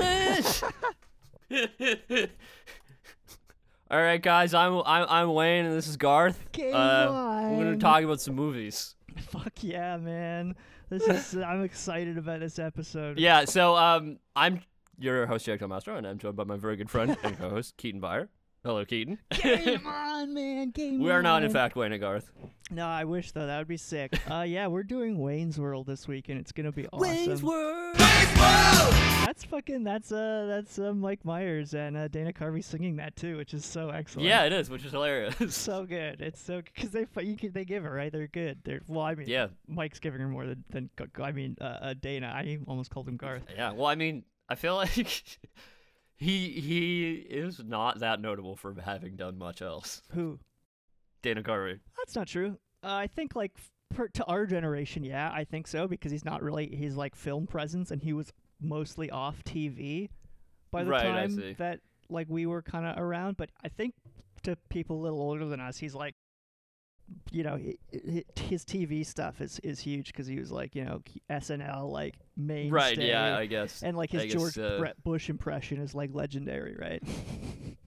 Excellent. All right, guys. I'm I'm I'm Wayne, and this is Garth. Game Uh, we're gonna one. talk about some movies. Fuck yeah, man. This is I'm excited about this episode. Yeah. So um, I'm your host Jack Master, and I'm joined by my very good friend and co-host Keaton Byer. Hello, Keaton. Game on, man. Game We are not, in on. fact, Wayne and Garth. No, I wish though. That would be sick. Uh yeah, we're doing Wayne's World this week and it's going to be awesome. World. That's fucking that's uh that's uh, Mike Myers and uh, Dana Carvey singing that too, which is so excellent. Yeah, it is, which is hilarious. So good. It's so cuz they fu- you can, they give her, right? They're good. They're well, I mean, Yeah. Mike's giving her more than than G- G- I mean, uh, uh Dana. I almost called him Garth. Yeah. Well, I mean, I feel like he he is not that notable for having done much else. Who? Dana Carvey. That's not true. Uh, I think like f- per, to our generation, yeah, I think so because he's not really his like film presence, and he was mostly off TV by the Right, I see. time that like we were kind of around. But I think to people a little older than us, he's like, you know, he, he- his TV stuff is is huge because he was like, you know, SNL like mainstay. Right. Yeah. I guess. and like I his guess, George uh, Brett Bush impression is like legendary, right?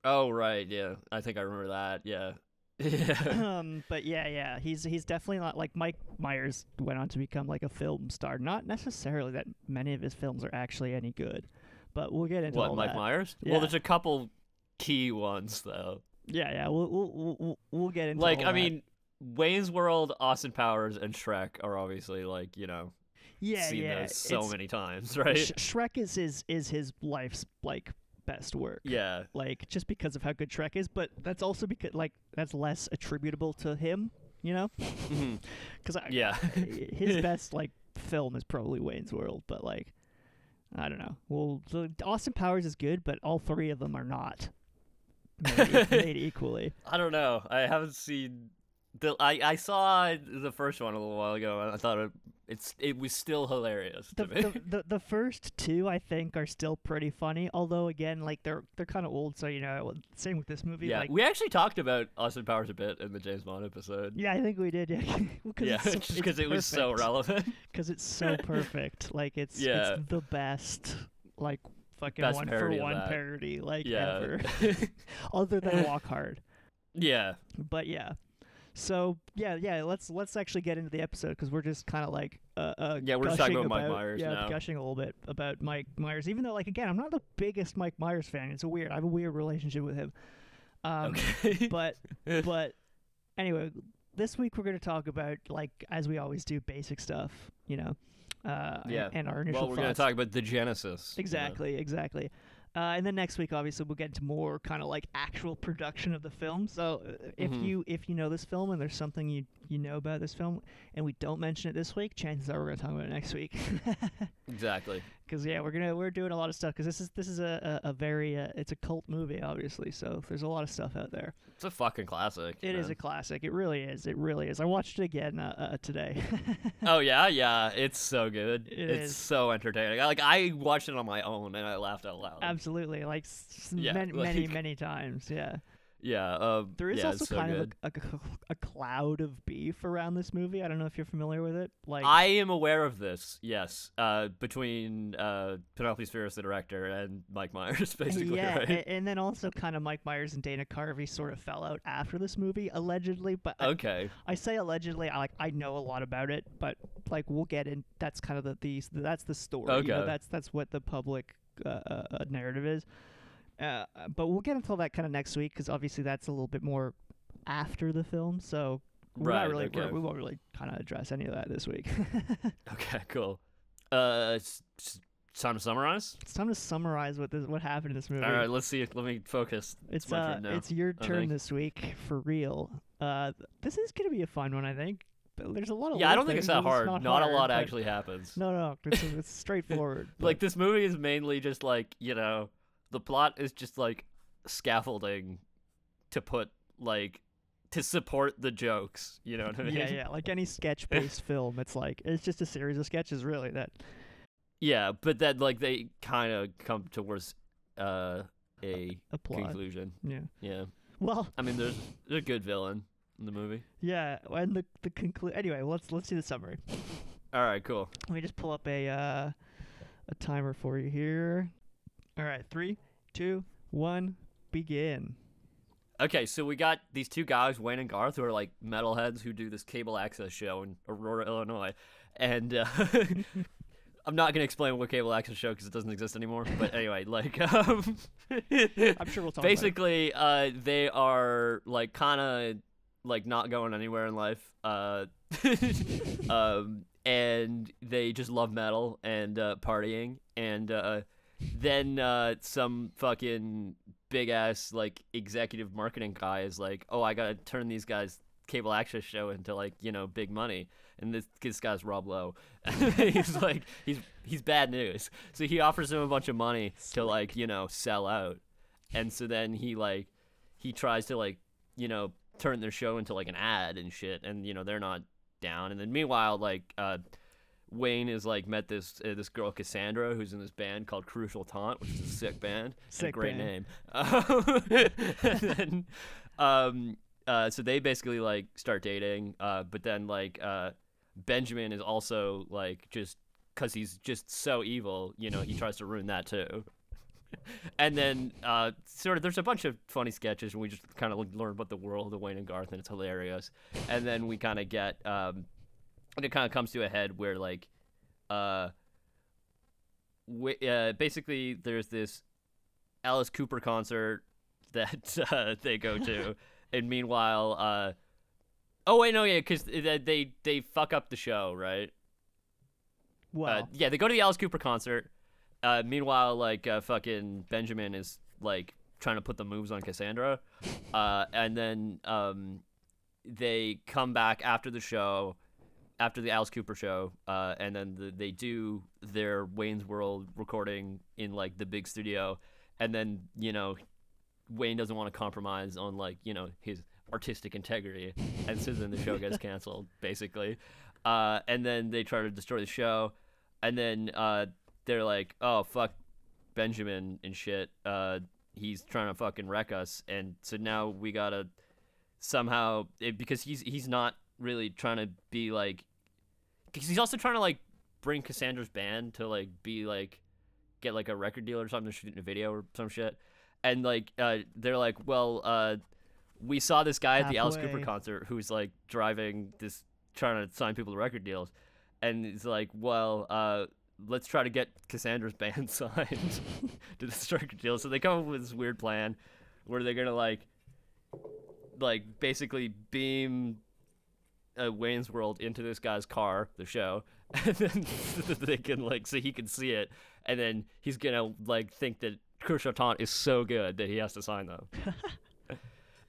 Oh right, yeah. I think I remember that. Yeah. Yeah. um, but yeah, yeah, he's he's definitely not like Mike Myers went on to become like a film star. Not necessarily that many of his films are actually any good, but we'll get into what all Mike that. Myers? Yeah. Well, there's a couple key ones though. Yeah, yeah, we'll we'll we'll- we'll, we'll get into like all I that. mean, Wayne's World, Austin Powers, and Shrek are obviously like you know yeah, seen yeah, those so it's- many times, right? Sh- Shrek is his is his life's like best work. yeah. Like just because of how good Shrek is, but that's also because like that's less attributable to him, you know? Mhm. Because Yeah. his best like film is probably Wayne's World, but like I don't know. Well, the, Austin Powers is good, but all three of them are not made, e-, made equally. I don't know. I haven't seen the. I I saw the first one a little while ago, and I thought it it's it was still hilarious The, to me. the, the the first two I think are still pretty funny, although again like they're they're kind of old, so you know same with this movie. yeah, like, we actually talked about Austin Powers a bit in the James Bond episode. yeah, I think we did. Yeah, because yeah, just because it was so relevant. because it's so perfect. Like it's Yeah. it's the best like fucking Best one for parody of one that. parody like yeah. ever, other than Walk Hard. yeah. but yeah so yeah yeah let's let's actually get into the episode because we're just kind of like uh, uh Yeah, we're just talking gushing about Mike Myers yeah now. gushing a little bit about mike myers even though like again i'm not the biggest mike myers fan it's weird i have a weird relationship with him um Okay. but but anyway this week we're going to talk about like as we always do basic stuff you know uh and- Yeah. and our initial well, we're going to thoughts. talk about the Genesis. you know. Exactly, exactly. Uh, and then next week, obviously, we'll get into more kind of like actual production of the film. So uh, if Mhm. you if you know this film and there's something you you know about this film and we don't mention it this week, chances are we're gonna talk about it next week. Exactly. Because yeah, we're gonna we're doing a lot of stuff. Because this is this is a a, a very uh, it's a cult movie, obviously. So there's a lot of stuff out there. It's a fucking classic. It is a classic. It really is. It really is. I watched it again uh, uh, today. oh yeah, yeah. It's so good. It it's is. so entertaining. I- Like I watched it on my own and I laughed out loud. Absolutely, like, s- Yeah, many, many like- many times. Yeah. yeah. Um, There is yeah, also it's so kind good. of a- a, a cloud of beef around this movie. I don't know if you're familiar with it. Like, I am aware of this. Yes. Uh, between uh, Penelope Spheris, the director, and Mike Myers, basically. yeah, right? a- and then also kind of Mike Myers and Dana Carvey sort of fell out after this movie, allegedly. But I- okay. I, say allegedly, I like I know a lot about it, but like we'll get in. That's kind of the, the that's the story. you know, Okay. that's that's what the public uh, uh, uh, narrative is. Uh, uh, but we'll get into all that kind of next week because obviously that's a little bit more after the film. So. We're Right, not really, we're- okay. we won't really kind of address any of that this week. Okay. Cool. Uh, it's, it's time to summarize. It's time to summarize what this what happened in this movie. All right. Let's see. Let me focus. it's my uh, turn now, it's your I turn think. this week for real. Uh, th- this is gonna be a fun one, I think. But there's a lot of Yeah, I little don't think it's things, that but hard. Not, a hard, lot but- actually happens. No, no, it's, it's straightforward. like but- this movie is mainly just like you know the plot is just like scaffolding to put like to support the jokes you know what i mean yeah, yeah, like any sketch-based film, it's like it's just a series of sketches, really. That Yeah, but then like they kind of come towards uh a apply. conclusion Yeah. yeah Well, i mean there's there's a good villain in the movie yeah, and the the conclude. Anyway, let's let's do the summary. all right cool Let me just pull up a uh, a timer for you here. All right, three, two, one, begin. Okay, so we got these two guys, Wayne and Garth, who are like metalheads who do this cable access show in Aurora, Illinois. And uh, I'm not going to explain what cable access show because it doesn't exist anymore. But anyway, like, um, I'm sure we'll talk basically, uh, they are like kind of like not going anywhere in life. Uh, um, and they just love metal and uh, partying. And uh, then uh, some fucking big ass like executive marketing guy is like, "Oh, I gotta turn these guys." Cable access show into like you know big money, and this this guy's Rob Lowe. he's like he's he's bad news. So he offers him a bunch of money to like you know sell out, and so then he like he tries to like you know turn their show into like an ad and shit, and you know they're not down. And then meanwhile, like uh, Wayne is like met this uh, this girl Cassandra who's in this band called Crucial Taunt, which is a sick band, and a Sick great band. name. Um, and then, um, uh, so they basically like start dating, uh, but then like uh, Benjamin is also like just because he's just so evil, you know, he tries to ruin that too. And then, uh, sort of, there's a bunch of funny sketches, and we just kind of learn about the world of Wayne and Garth, and it's hilarious. And then we kind of get, um, and it kind of comes to a head where, like, uh, wi- uh, basically, there's this Alice Cooper concert that uh, they go to, and meanwhile, uh, oh wait, no, yeah, because they, they they fuck up the show, right? Well, Uh, yeah, they go to the Alice Cooper concert. Uh, meanwhile, like uh, fucking Benjamin is like trying to put the moves on Cassandra, uh, and then um, they come back after the show, after the Alice Cooper show, uh, and then the, they do their Wayne's World recording in like the big studio, and then you know Wayne doesn't want to compromise on like you know his artistic integrity, and so then the show gets canceled basically, uh, and then they try to destroy the show, and then uh, they're like, oh fuck, Benjamin and shit, uh, he's trying to fucking wreck us, and so now we gotta somehow it, because he's he's not really trying to be like, because he's also trying to like bring Cassandra's band to like be like get like a record deal or something shooting a video or some shit and like uh, they're like well uh, we saw this guy at the alice cooper Halfway. concert who's like driving this trying to sign people to record deals and it's like well uh, let's try to get cassandra's band signed to this record deal so they come up with this weird plan where they're gonna like like basically beam uh, Wayne's World into this guy's car, the show, and then so that they can like so he can see it, and then he's gonna like think that Crucial Taunt is so good that he has to sign them.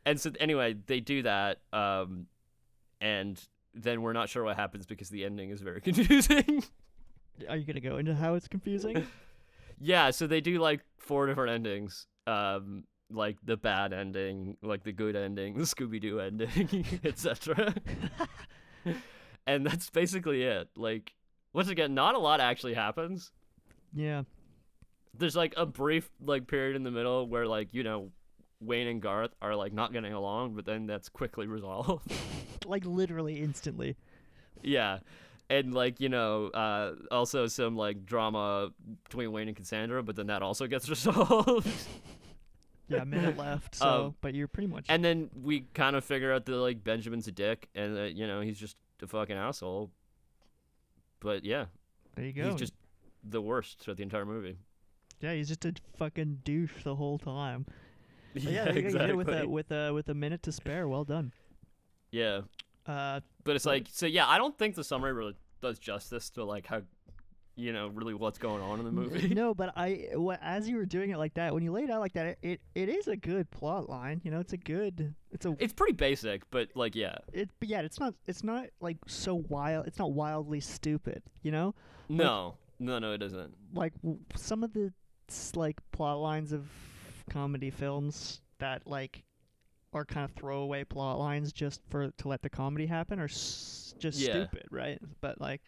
and so anyway, they do that, um, and then we're not sure what happens because the ending is very confusing. are you gonna go into how it's confusing? Yeah, so they do like four different endings. Um like the bad ending, like the good ending, the Scooby Doo ending, etc. and that's basically it. Like once again, not a lot actually happens. yeah. There's like a brief like period in the middle where like, you know, Wayne and Garth are like not getting along, but then that's quickly resolved. Like literally instantly. Yeah. And like, you know, uh also some like drama between Wayne and Cassandra, but then that also gets resolved. Yeah, a minute left. So, Um, but you're pretty much. and then we kind of figure out that like Benjamin's a dick and that you know he's just a fucking asshole. But yeah, there you go. he's just the worst throughout the entire movie. yeah, he's just a fucking douche the whole time. But yeah, there you go. You did exactly. it with a with a with a minute to spare. Well done. yeah, Uh, but it's But- like so. Yeah, I don't think the summary really does justice to like how you know really what's going on in the N- movie. No, but I wha- as you were doing it like that, when you laid out like that, it, it, it is a good plot line. You know, it's a good. It's a. It's pretty basic, but like yeah, It, but yeah, it's not. It's not like so wild. It's not wildly stupid. You know, no, no, no, it isn't. like w- some of the s- like plot lines of comedy films that like are kind of throwaway plot lines just for to let the comedy happen are s- just Yeah. stupid, right? But like,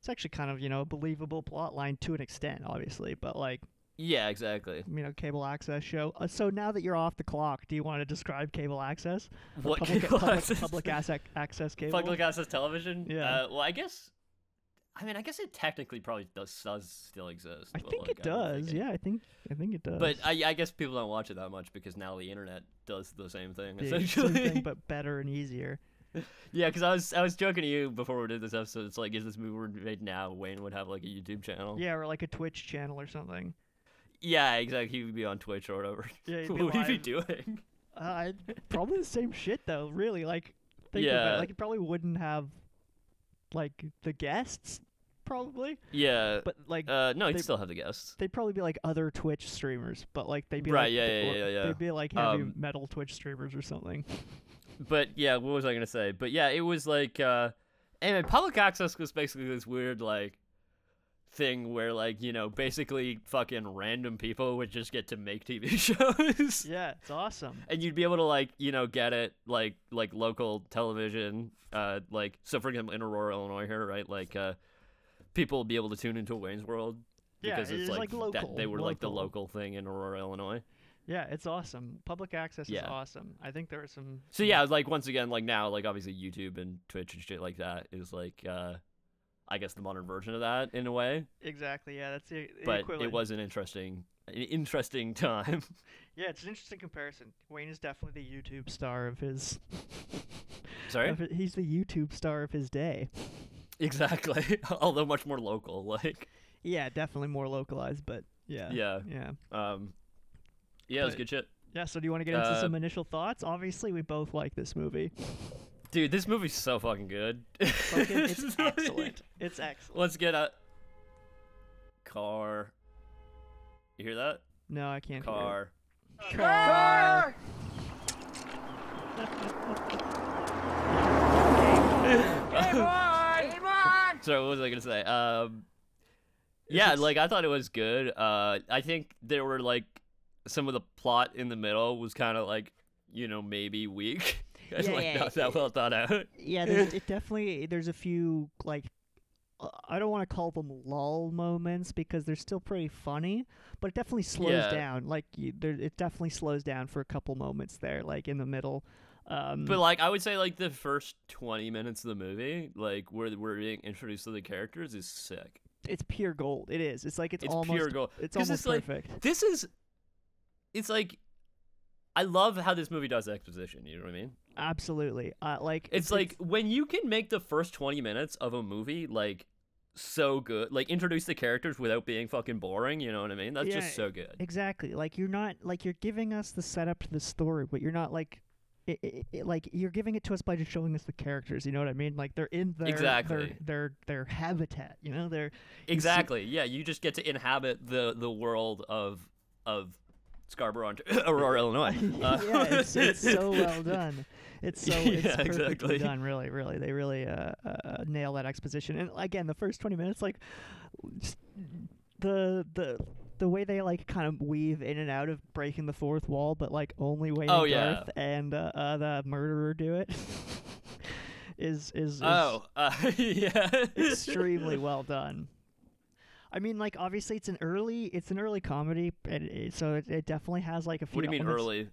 it's actually kind of you know a believable plot line to an extent, obviously. But like. Yeah, exactly. you know, cable access show. Uh, so now that you're off the clock, do you want to describe cable access? Or What public, cable public, access? public asset access cable? Public access television. Yeah. Uh, well, I guess I mean, I guess it technically probably does, does still exist. I but, think like, it I'm does. thinking- Yeah, I think I think it does. But I, I guess people don't watch it that much because now the internet does the same thing Yeah, same essentially. thing, but better and easier. yeah, because I was I was joking to you before we did this episode. It's like, if this movie were made now, Wayne would have like a YouTube channel. Yeah, or like a Twitch channel or something. Yeah, exactly. He would be on Twitch or whatever. Yeah, he'd be what would he be live. doing? Uh, probably the same shit though. Really, like think about Yeah. it. like it probably wouldn't have like the guests probably, Yeah. but like uh, no, he'd they- still have the guests. they'd probably be like other Twitch streamers, but like they'd be Right, like, yeah, they- yeah, yeah, yeah. They'd be like heavy Um, metal Twitch streamers or something. But yeah, what was I gonna say? But yeah, it was like, uh, anyway, public access was basically this weird like thing where like you know basically fucking random people would just get to make TV shows. Yeah, it's awesome. and you'd be able to like you know get it like like local television uh like so for example in aurora illinois here right like uh people would be able to tune into wayne's world Yeah, because it it's is, like, like, that they local- were like the local. local thing in aurora illinois Yeah, it's awesome. Public access is Yeah. awesome. I think there are some. so yeah like once again like now like obviously youtube and twitch and shit like that is like uh i guess the modern version of that in a way exactly. Yeah, that's the, the but it equivalent. was an interesting an interesting time Yeah, it's an interesting comparison. Wayne is definitely the YouTube star of his. sorry of hi- he's the YouTube star of his day. exactly although much more local like Yeah, definitely more localized, but yeah. yeah Yeah. um yeah it was But- good shit Yeah, so do you want to get into Uh, some initial thoughts? Obviously, we both like this movie. Dude, this movie's so fucking good. Fucking, it's excellent. It's excellent. Let's get a car. You hear that? No, I can't. hear it. Car. Car. So what was I gonna say? Um, yeah, it's- like I thought it was good. Uh, I think there were like some of the plot in the middle was kind of like you know maybe weak. It's Yeah, like yeah, not that well thought out. Yeah, there's, it definitely there's a few like uh, I don't want to call them lull moments because they're still pretty funny, but it definitely slows Yeah. down. Like you, there, it definitely slows down for a couple moments there, like in the middle. Um, But like I would say, like the first twenty minutes of the movie, like where we're being introduced to the characters, is sick. it's pure gold. It is. It's like it's, It's almost pure gold. It's 'Cause almost it's like- perfect. this is it's like I love how this movie does exposition, you know what I mean? Absolutely. Uh, like It's, like when you can make the first 20 minutes of a movie like so good, like introduce the characters without being fucking boring, you know what I mean? That's Yeah, just so good. Exactly. Like you're not like you're giving us the setup to the story, but you're not like i i i like you're giving it to us by just showing us the characters. You know what I mean? Like they're in their their Exactly. their, their habitat. You know they're you see- Exactly. Yeah, you just get to inhabit the the world of of Scarborough, Ont- Aurora, Illinois. Uh, yeah, it's, it's so well done. It's so it's Yeah, perfectly exactly. done. Really, really, they really uh, uh, uh, nail that exposition. And again, the first twenty minutes, like just the the the way they like kind of weave in and out of breaking the fourth wall, but like only Wayne Oh, and yeah. Garth and uh, uh, the murderer do it. is is, is Oh, uh, yeah. extremely well done. I mean, like obviously it's an early it's an early comedy, and it, so it, it definitely has like a few. What do you mean elements- early?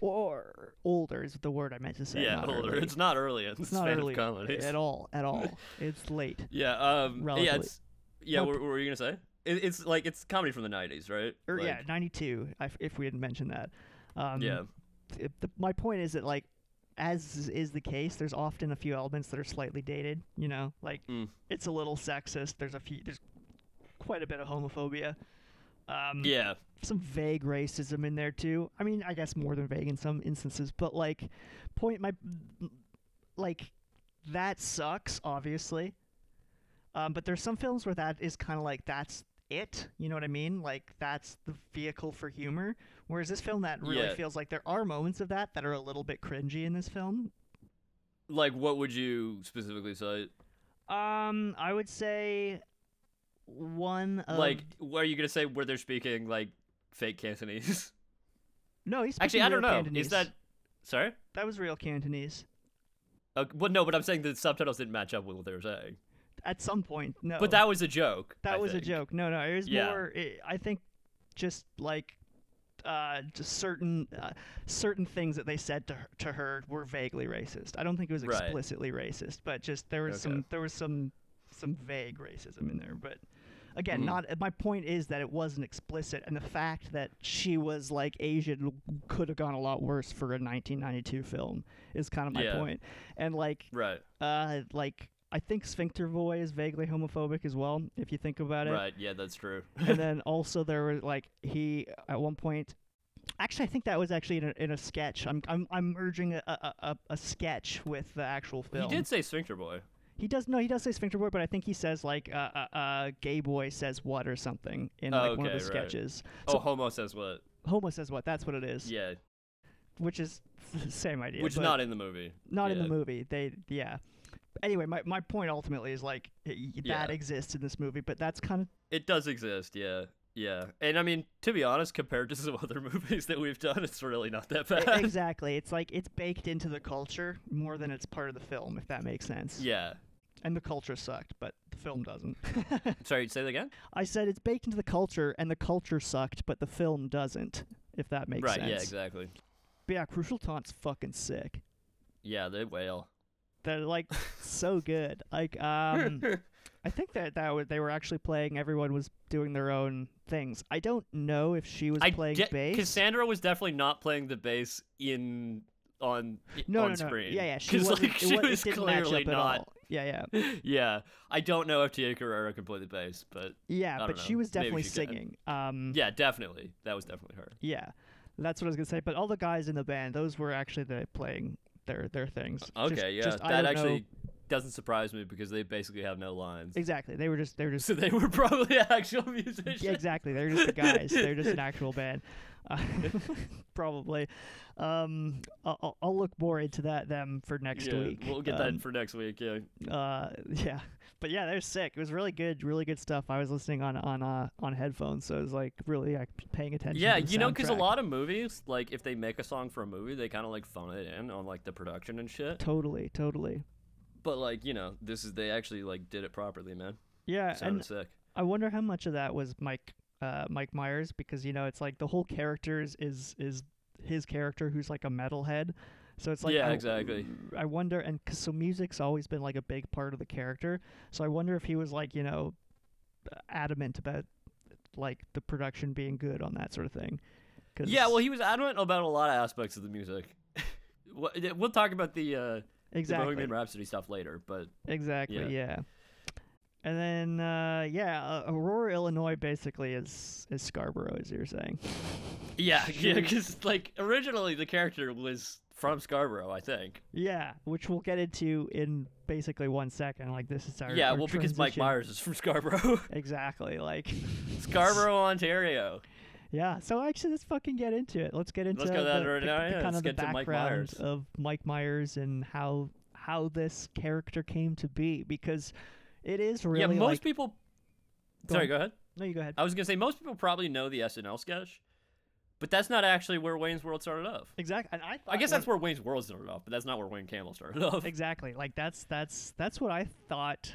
or older is the word I meant to say. Yeah, not older. early. It's not early. It's, It's not early comedy. at all. At all. It's late. Yeah. Um. Relatively. Yeah. It's, yeah. No, What, what were you gonna say? It, it's like it's comedy from the '90s, right? Or Like, Er, yeah, ninety two. If we hadn't mentioned that. Um, Yeah. th- the, my point is that like, as is the case, there's often a few elements that are slightly dated. You know, like Mm. it's a little sexist. There's a few. There's quite a bit of homophobia. Um, Yeah. some vague racism in there too. I mean, I guess more than vague in some instances, but like point my like that sucks obviously. Um, but there's some films where that is kind of like that's it, you know what I mean? Like that's the vehicle for humor. Whereas this film that really Yeah. feels like there are moments of that that are a little bit cringy in this film. Like, what would you specifically say? Um, I would say one of like, what are you gonna say where they're speaking like fake Cantonese? no, he's Actually, speaking I don't know. real Is Cantonese. that sorry? that was real Cantonese? Uh, well, no, but I'm saying the subtitles didn't match up with what they were saying. At some point, no. But that was a joke. Oh. That I was think. a joke. No, no, it was Yeah. more. It, I think just like uh, just certain uh, certain things that they said to her, to her were vaguely racist. I don't think it was Right. explicitly racist, but just there was Okay. some there was some some vague racism in there, but Mm-hmm. again, not my point is that it wasn't explicit, and the fact that she was like Asian could have gone a lot worse for a 1992 film is kind of my Yeah. point. And like, Right. uh, like I think Sphincter Boy is vaguely homophobic as well, if you think about it. Right. Yeah, that's true. and then also there was like he at one point actually i think that was actually in a, in a sketch i'm i'm, I'm merging a, a, a, a sketch with the actual film He did say sphincter boy. he does no he does say sphincter boy but i think he says like uh, uh, uh gay boy says what or something in Oh, like one of okay, the right. sketches oh, homo says what? homo says what that's what it is Yeah, which is the same idea which is but not in the movie. not in the yeah. movie they yeah anyway my, my point ultimately is like y- y- Yeah. that exists in this movie but that's kind of It does exist. Yeah, yeah. And I mean, to be honest, compared to some other movies that we've done, it's really not that bad. e, exactly it's like it's baked into the culture more than it's part of the film if that makes sense yeah. and the culture sucked but the film doesn't Sorry, say that again. i said it's baked into the culture and the culture sucked but the film doesn't if that makes right. sense Yeah. Exactly. but yeah crucial taunt's fucking sick Yeah, they whale. they're like so good like um i think that that was, they were actually playing everyone was doing their own things i don't know if she was I playing de- bass Cassandra was definitely not playing the bass in on i- no on no no screen. yeah yeah she 'Cause, wasn't, like, it she wa- it was didn't match clearly up at not. all. yeah yeah yeah, I don't know if Tia Carrera can play the bass, but yeah I but don't she know. was Maybe definitely she can. singing um yeah, definitely that was definitely her. Yeah, that's what I was gonna say. But all the guys in the band, those were actually the playing their their things. Okay, Just- yeah, just, I that don't know- actually doesn't surprise me because they basically have no lines. exactly. They were just they were just So they were probably actual musicians. yeah, exactly. They're just the guys. They're just an actual band, uh, probably. Um, I'll- I'll, I'll look more into that them for next Yeah, week. We'll get Um, that for next week. Yeah. uh yeah but yeah they're sick it was really good really good stuff i was listening on on uh on headphones so it was like really like paying attention Yeah, to the you know, because a soundtrack. lot of movies, like if they make a song for a movie, they kind of like phone it in on like the production and shit. totally totally But like you know, this is they actually like did it properly, man. yeah Sounded and sick. I wonder how much of that was Mike uh, Mike Myers because you know it's like the whole character is is, is his character who's like a metalhead. So it's like yeah, I, exactly. I wonder and 'cause so music's always been like a big part of the character. So I wonder if he was like, you know, adamant about like the production being good on that sort of thing. 'Cause Yeah, well, he was adamant about a lot of aspects of the music. Wha- we'll talk about the, uh, the exactly. Bohemian Rhapsody stuff later, but Exactly. Yeah. Yeah. And then uh, yeah, uh, Aurora, Illinois basically is is Scarborough as you're saying. yeah, yeah, Sure. because like originally the character was from Scarborough, I think. Yeah, which we'll get into in basically one second. Like this is our yeah, our well, because Mike transition. Myers is from Scarborough, exactly like Scarborough, Ontario. Yeah, so actually, let's fucking get into it. Let's get into go the, that right the- now, the yeah, kind let's of the get to Mike background Myers. of Mike Myers and how how this character came to be because it is really yeah, most Uh, like people. Go Sorry, on. go ahead. no, you go ahead. I was gonna say most people probably know the SNL sketch, but that's not actually where Wayne's World started off. Exactly, and I I thought guess when- that's where Wayne's World started off, but that's not where Wayne Campbell started off. exactly like that's that's that's what I thought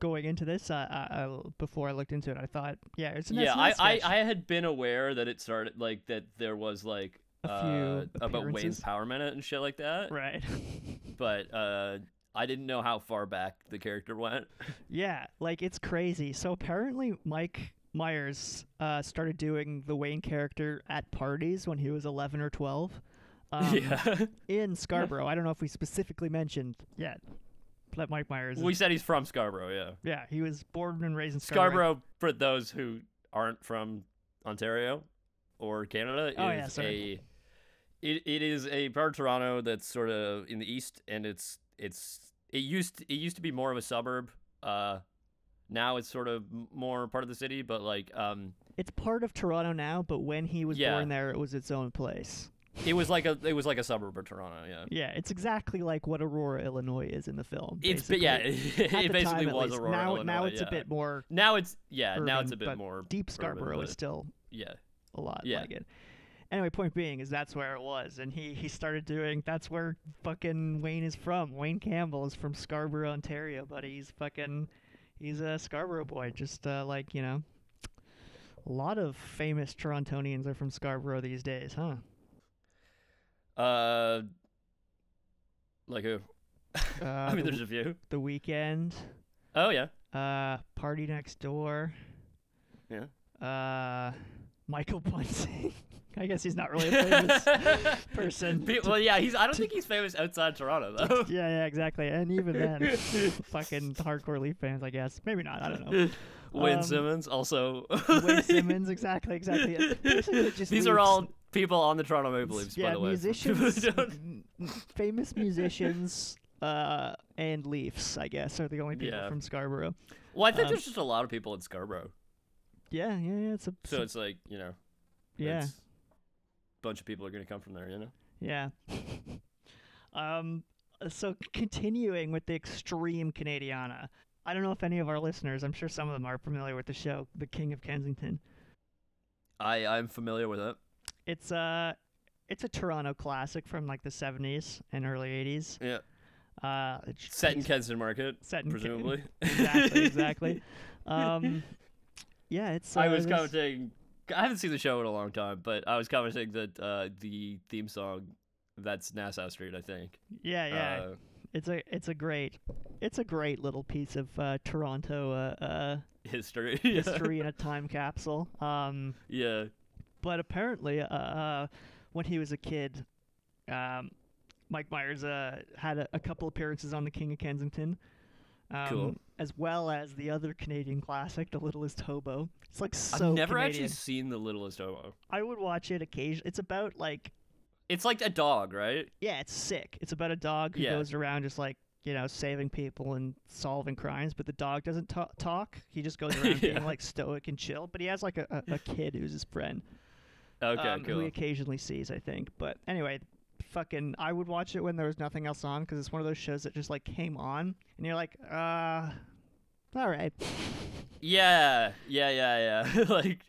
going into this. Uh, uh, uh, before I looked into it, I thought, yeah, it's an yeah, SNL I, I sketch. I had been aware that it started like that there was like A few uh, about Wayne's appearances. Power Minute and shit like that, right. but uh, I didn't know how far back the character went. Yeah, like it's crazy. So apparently, Mike Myers uh, started doing the Wayne character at parties when he was 11 or 12 um, yeah, in Scarborough. I don't know if we specifically mentioned yet that Mike Myers. is- we said he's from Scarborough. Yeah, yeah, he was born and raised in Scarborough. Scarborough for those who aren't from Ontario or Canada Oh, yeah, is sorry. a it, it is a part of Toronto that's sort of in the east, and it's it's it used it used to be more of a suburb. Uh, now it's sort of m- more part of the city, but like um, It's part of Toronto now, but when he was Yeah. born there, it was its own place. it was like a it was like a suburb of Toronto. Yeah, Yeah, it's exactly like what Aurora, Illinois is in the film. it's but yeah, basically. it, At the basically time, at was least. Aurora. now, Illinois, now it's yeah. a bit more now it's yeah now urban, it's a bit but more deep. urban, Scarborough is but- still yeah a lot Yeah. like it. Anyway, point being is that's where it was, and he he started doing. That's where fucking Wayne is from. Wayne Campbell is from Scarborough, Ontario, but he's fucking he's a Scarborough boy. Just uh, like you know, a lot of famous Torontonians are from Scarborough these days, huh? uh like who Uh, I mean the, there's a few the weekend. oh yeah Uh, Party Next Door. Yeah. Uh, Michael Bunting. I guess he's not really a famous person. Pe- Well, yeah, he's. I don't think he's famous outside Toronto though. yeah, yeah, exactly. And even then, fucking hardcore Leaf fans, I guess. Maybe not. I don't know. Wayne Um, Simmons also. Wayne Simmons, exactly, exactly. Basically just These are Leafs. all people on the Toronto Maple Leafs, yeah, by the way. musicians, Don't- m- m- famous musicians, uh, and Leafs, I guess, are the only people Yeah. from Scarborough. well, I think um, there's just a lot of people in Scarborough, Yeah, yeah, yeah. It's a so it's like you know, yeah, it's- bunch of people are gonna come from there, you know. yeah. um, so continuing with the extreme Canadiana, I don't know if any of our listeners, I'm sure some of them are familiar with the show, The King of Kensington. I I'm familiar with it. It's a it's a Toronto classic from like the 70s and early 80s. Yeah, Uh, it's set in Kensington Market, set in Ken- presumably. exactly, exactly. Um, yeah, it's. I uh, was this- commenting. I haven't seen the show in a long time, but I was commenting that uh, the theme song, that's Nassau Street, I think. Yeah, yeah. Uh, it's a it's a great it's a great little piece of uh, Toronto uh, uh, history. history in a time capsule. Um, yeah. but apparently, uh, uh, when he was a kid, um, Mike Myers uh, had a, a couple appearances on The King of Kensington. Um, Cool. As well as the other Canadian classic, The Littlest Hobo. It's like so. I've never Canadian. actually seen The Littlest Hobo. I would watch it occasionally. It's about like It's like a dog, right? yeah, it's sick. It's about a dog who Yeah. goes around just like you know saving people and solving crimes, but the dog doesn't ta- talk. He just goes around Yeah. being like stoic and chill. But he has like a, a, a kid who's his friend, Okay, um, who he cool. occasionally sees, I think. But anyway, fucking, I would watch it when there was nothing else on because it's one of those shows that just like came on and you're like, uh, all right, Yeah, yeah, yeah, yeah. like,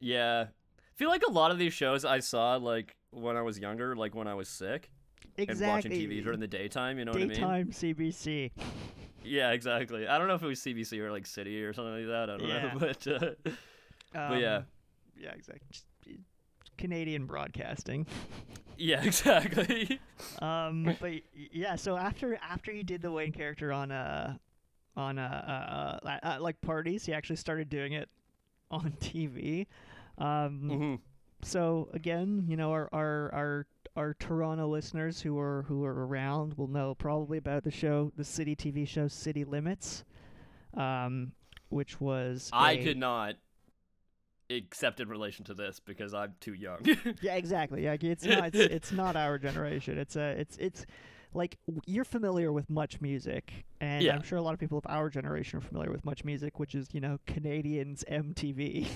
yeah. I feel like a lot of these shows I saw like when I was younger, like when I was sick exactly. and watching TV during the daytime. You know what I mean? Daytime CBC. Yeah, exactly. I don't know if it was CBC or like City or something like that. I don't Yeah. know, but uh, Um, yeah. yeah, exactly. Just, uh, Canadian broadcasting. yeah, exactly. Um, but y- yeah, so after after he did the Wayne character on uh on uh, uh, uh, li- uh like parties, he actually started doing it on TV. Um, Mhm. so again, you know, our our our our Toronto listeners who are who are around will know probably about the show, the city TV show City Limits, um, which was I a- did not accept in relation to this because I'm too young. Yeah, exactly. Yeah, it's not it's, it's not our generation. It's a it's it's like w- you're familiar with much music, and Yeah. I'm sure a lot of people of our generation are familiar with much music, which is you know Canadians MTV.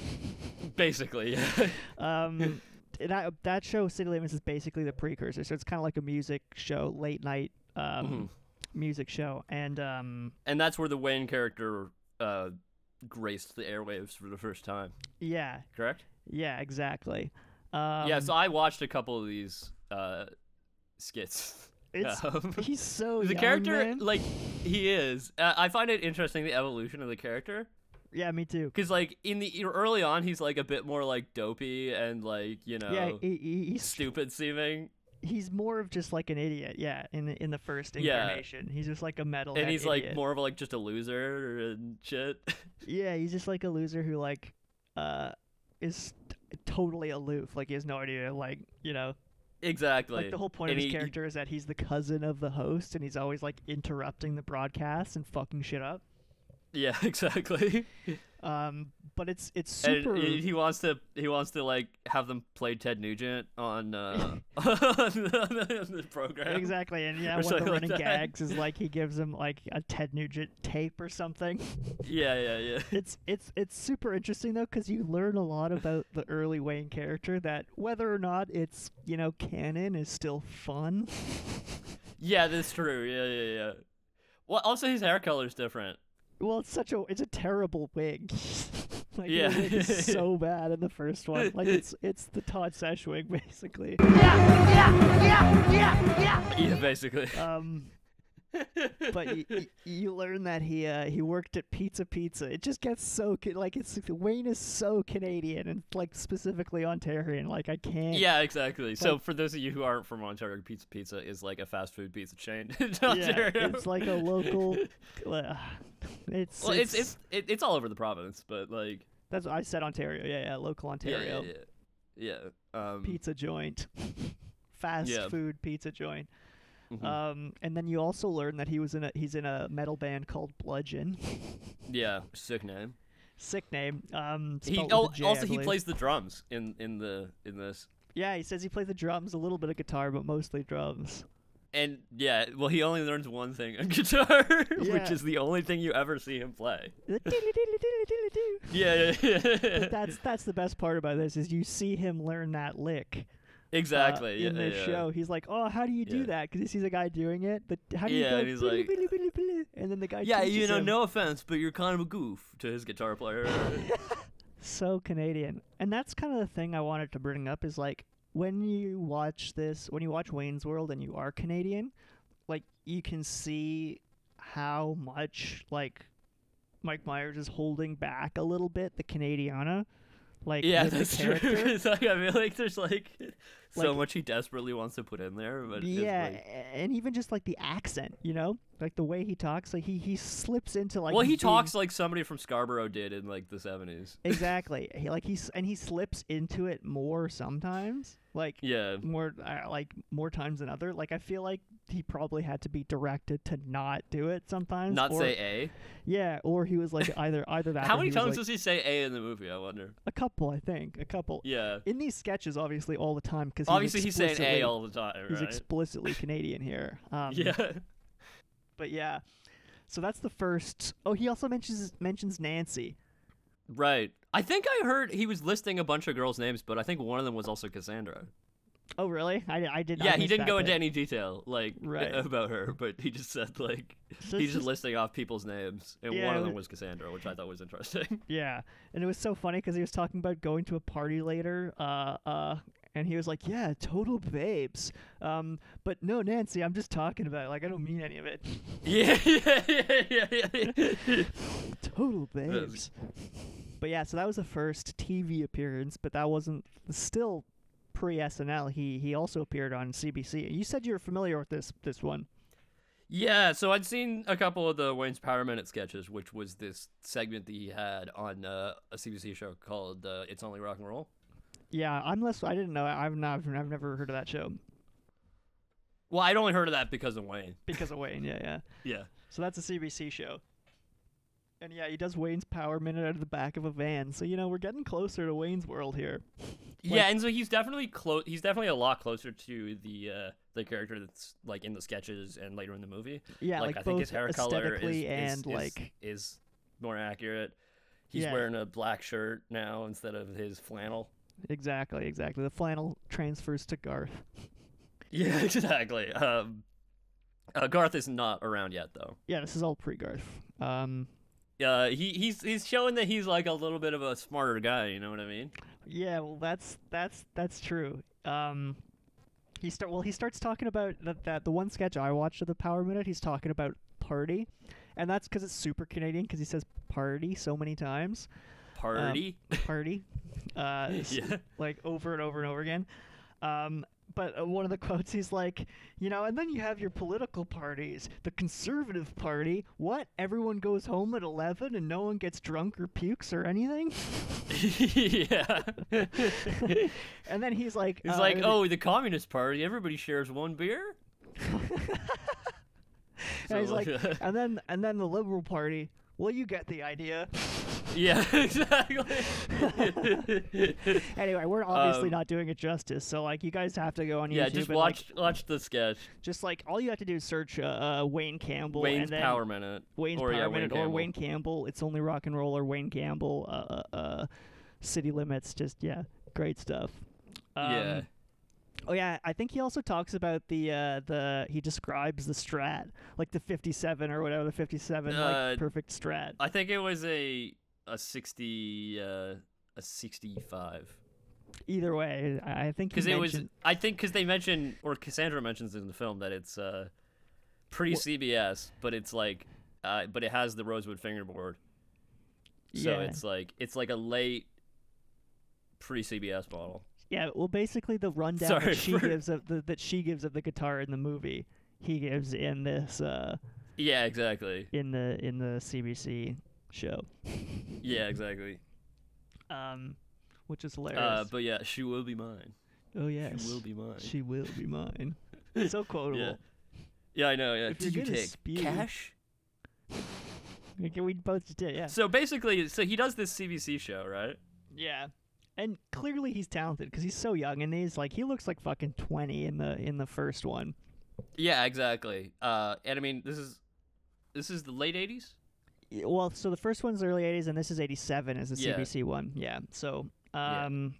Basically, yeah. um, and I, that show City Limits is basically the precursor, so it's kind of like a music show, late night um, Mhm. music show, and um, and that's where the Wayne character uh, graced the airwaves for the first time. yeah, Correct? yeah, exactly. Um, yeah. So I watched a couple of these uh, skits. it's Um, he's so the young, character, man. like, he is. Uh, I find it interesting the evolution of the character yeah, me too. because, like, in the early on, he's like a bit more like dopey and like you know Yeah, he, he, he's stupid seeming, he's more of just like an idiot, yeah. In the, in the first Yeah. incarnation, he's just like a metal. and he's like more of like just a loser and shit. Yeah, he's just like a loser who like, uh, is t- totally aloof. Like he has no idea. Like you know, exactly. like the whole point of And his he- he- character is that he's the cousin of the host, and he's always like interrupting the broadcast and fucking shit up. Yeah, exactly. Um, but it's it's And super. he he wants to he wants to like have them play Ted Nugent on uh, on the, on the program. Exactly, and yeah, Or one of something the like running that. gags is like he gives him like a Ted Nugent tape or something. Yeah, yeah, yeah. it's it's it's super interesting though because you learn a lot about the early Wayne character that whether or not it's you know canon is still fun. Yeah, that's true. Yeah, yeah, yeah. Well, also his hair color's different. Well, it's such a it's a terrible wig. like Yeah. the wig is so bad in the first one. Like it's it's the Todd Sesh wig basically. Uh, Yeah, basically. Um, but you, you, you learn that he uh, he worked at Pizza Pizza. It just gets so ca- like it's Wayne is so Canadian and like specifically Ontarian. Like I can't. Yeah, exactly. so for those of you who aren't from Ontario, Pizza Pizza is like a fast food pizza chain in Ontario. it's like a local. uh, it's, Well, it's it's it, it's all over the province, but like that's what I said Ontario. Yeah, yeah, local yeah, Ontario yeah, yeah, yeah. Um, pizza joint, fast Yeah. food pizza joint. mhm. Um, and then you also learn that he was in a he's in a metal band called Bludgeon. yeah, sick name. Sick name. Um, He spelt with oh, a J, I also he believe. plays the drums in in the in this. Yeah, he says he plays the drums, a little bit of guitar, but mostly drums. And yeah, well, he only learns one thing on guitar, which Yeah. is the only thing you ever see him play. The diddly-diddly-diddly-diddly-doo. Yeah, yeah, yeah. But that's that's the best part about this is you see him learn that lick uh, exactly. yeah, in this yeah. show. He's like, "Oh, how do you Yeah. do that?" Because he sees a guy doing it. But how do Yeah, and you he's go? like- "Billy-billy-billy-billy," and then the guy. Yeah, you teaches know, him. no offense, but you're kind of a goof to his guitar player. so Canadian. And that's kind of the thing I wanted to bring up is like when you watch this, when you watch Wayne's World and you are Canadian, like you can see how much like Mike Myers is holding back a little bit the Canadiana. Like yeah, with the that's true. character. It's like, I feel like there's like, so Like- much he desperately wants to put in there, but it's yeah, like- a- and even just like the accent, you know, like the way he talks, like he he slips into like. well, he he's being- talks like somebody from Scarborough did in like the '70s. exactly. He like he's and he slips into it more sometimes. Like Yeah, more uh, like more times than other. Like I feel like he probably had to be directed to not do it sometimes. not or, say yeah, or he was like either either a. that. How or many he was, times like, does he say a in the movie? I wonder. a couple? I think a couple. Yeah, In these sketches, obviously all the time because obviously he's saying a all the time, He's right? explicitly Canadian here. Um, yeah, but yeah. So that's the first. Oh, he also mentions mentions Nancy. right. I think I heard he was listing a bunch of girls' names, but I think one of them was also Cassandra. Oh, really? I, I did. I yeah, he missed didn't that go bit. into any detail like Right. about her, but he just said like So he's it's just listing off people's names, and Yeah, one it of them was- was Cassandra, which I thought was interesting. Yeah, and it was so funny because he was talking about going to a party later, uh, uh, and he was like, "Yeah, total babes." Um, but no, Nancy, I'm just talking about it. Like, I don't mean any of it. yeah, yeah, yeah, yeah, yeah. total babes. But yeah, so that was the first TV appearance, but that wasn't still pre SNL. He he also appeared on CBC. You said you were familiar with this this one. Yeah, so I'd seen a couple of the Wayne's Power Minute sketches, which was this segment that he had on uh, a CBC show called uh, "It's Only Rock and Roll." Yeah, I'm less. I didn't know. I've not. I've never heard of that show Well, I'd only heard of that because of Wayne. because of Wayne. Yeah, yeah. Yeah, So that's a CBC show. And yeah, he does Wayne's Power Minute out of the back of a van. So you know we're getting closer to Wayne's World here. yeah, and so he's definitely close. He's definitely a lot closer to the uh, the character that's like in the sketches and later in the movie. Yeah, like, like, I both think his hair color is, aesthetically is- and is- like is, more accurate. He's Yeah. wearing a black shirt now instead of his flannel. exactly, exactly. The flannel transfers to Garth. Yeah, exactly. Um, uh, Garth is not around yet though. Yeah, this is all pre-Garth. Um, Uh, he he's he's showing that he's like a little bit of a smarter guy. You know what I mean? yeah, well that's that's that's true. Um, he start well he starts talking about that that the one sketch I watched of the Power Minute. He's talking about party, and that's because it's super Canadian because he says party so many times. Party. Um. party, uh, s- yeah. like over and over and over again. Um, but uh, one of the quotes, he's like, you know, and then you have your political parties, the conservative party. What? Everyone goes home at eleven and no one gets drunk or pukes or anything. yeah. and then he's like, He's uh, like, and- oh, the Communist Party. Everybody shares one beer. and he's so- like, and then and then the liberal party. Well, you get the idea. Yeah, exactly. Anyway, we're obviously Um, not doing it justice, so like, you guys have to go on yeah, YouTube just and watch like, watch the sketch. just like all you have to do is search uh, uh, Wayne Campbell Wayne's and then Power Minute. Wayne's Or, Power yeah, Wayne Minute or Campbell. Wayne Campbell. It's only rock and roll or Wayne Campbell. Uh, uh, uh, City Limits. Just yeah, great stuff. Um, yeah. Oh yeah, I think he also talks about the uh, the he describes the strat like the 57 or whatever the 57 Uh, like perfect strat. I think it was a a sixty uh, a sixty five. Either way, I I think he Because it was mentioned- I think because they mentioned or Cassandra mentions in the film that it's uh pre CBS, but it's like, uh, but it has the Rosewood fingerboard. So yeah. it's like it's like a late pre CBS model. Yeah, well, basically the rundown Sorry that she for- gives of the, that she gives of the guitar in the movie, he gives in this uh, Yeah, exactly. in the in the CBC show, Yeah, exactly. um, which is hilarious. Uh, but yeah, she will be mine. oh yes, She will be mine. She will be mine. so quotable. Yeah, I know. Yeah. If Did you you're gonna take spew- cash? Like, We both just did, yeah, So basically, so he does this CBC show, right? yeah. And clearly he's talented because he's so young in these. Like he looks like fucking twenty in the in the first one. Yeah, exactly. Uh, and I mean, this is this is the late '80s. Y- Well, so the first one's early '80s, and this is '87 is the Yeah. CBC one. Yeah. So, Yeah. um,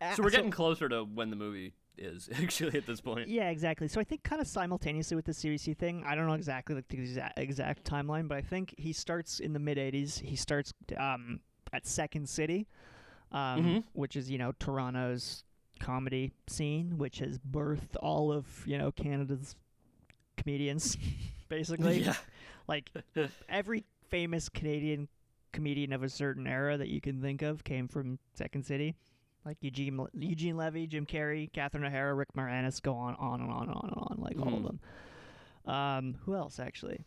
a- So we're getting closer to when the movie is actually at this point. Yeah, exactly. So I think kind of simultaneously with the CBC thing, I don't know exactly like the exact, exact timeline, but I think he starts in the mid '80s. He starts um, at Second City, um, Mhm. which is you know Toronto's comedy scene, which has birthed all of you know Canada's comedians, basically. Yeah. Like every famous Canadian comedian of a certain era that you can think of came from Second City. Like Eugene Le- Eugene Levy, Jim Carrey, Catherine O'Hara, Rick Moranis, go on, on and on and on and on, like Hmm. all of them. Um, who else actually?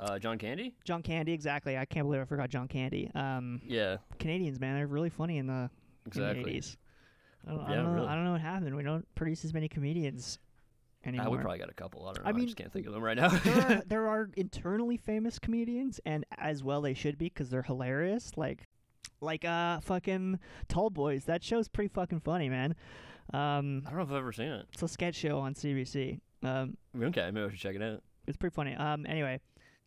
Uh, John Candy. John Candy, exactly. I can't believe I forgot John Candy. Um, Yeah, Canadians, man, they're really funny in the in the exactly. Ah, 80s. I don't, I, Yeah, don't know, really. I don't know what happened. We don't produce as many comedians Ah, anymore. we probably got a couple. I don't know. I I, mean, just can't think of them right now. there are there are internally famous comedians, and as well they should be because they're hilarious. Like, like uh, fucking Tall Boys. That show's pretty fucking funny, man. Um, I don't know if I've ever seen it. it's a sketch show on CBC. Um, Okay, maybe I should check it out. it's pretty funny. Um, anyway,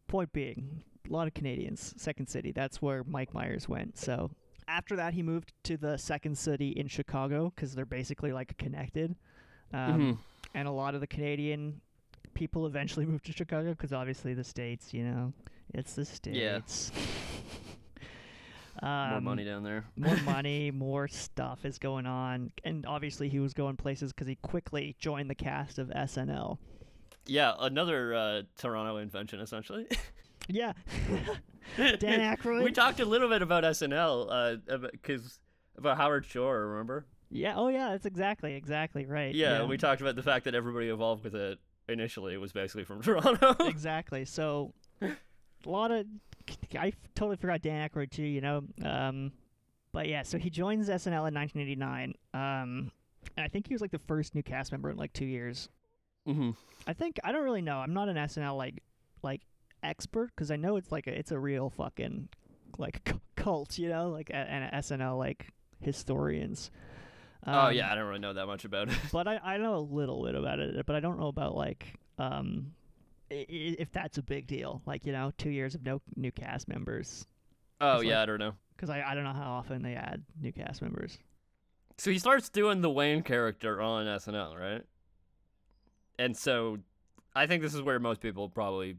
point being, a lot of Canadians. Second City. That's where Mike Myers went. So after that, he moved to the Second City in Chicago because they're basically like connected. Um, Mhm. and a lot of the Canadian people eventually moved to Chicago because obviously the states, you know, it's the Yeah. states. Um, More money down there. more money, more stuff is going on, and obviously he was going places because he quickly joined the cast of SNL. Yeah, another uh, Toronto invention, essentially. Yeah, Dan Aykroyd. we talked a little bit about SNL because uh, because about Howard Shore, remember? yeah, oh yeah, that's exactly, exactly right. Yeah, we talked about the fact that everybody involved with it initially was basically from Toronto. exactly. So a lot of I f- totally forgot Dan Aykroyd too. You know, um, but yeah. So he joins SNL in 1989, um, and I think he was like the first new cast member in like two years. mm-hmm. I think I don't really know. I'm not an SNL like like expert because I know it's like a, it's a real fucking like c- cult. You know, like a, and SNL like historians. oh Um, yeah, I don't really know that much about it. but I, I know a little bit about it, but I don't know about like um i- i- if that's a big deal. Like you know, two years of no new cast members Oh It's yeah, like- I don't know. because I, I don't know how often they add new cast members. So he starts doing the Wayne character on SNL, right? And so, I think this is where most people probably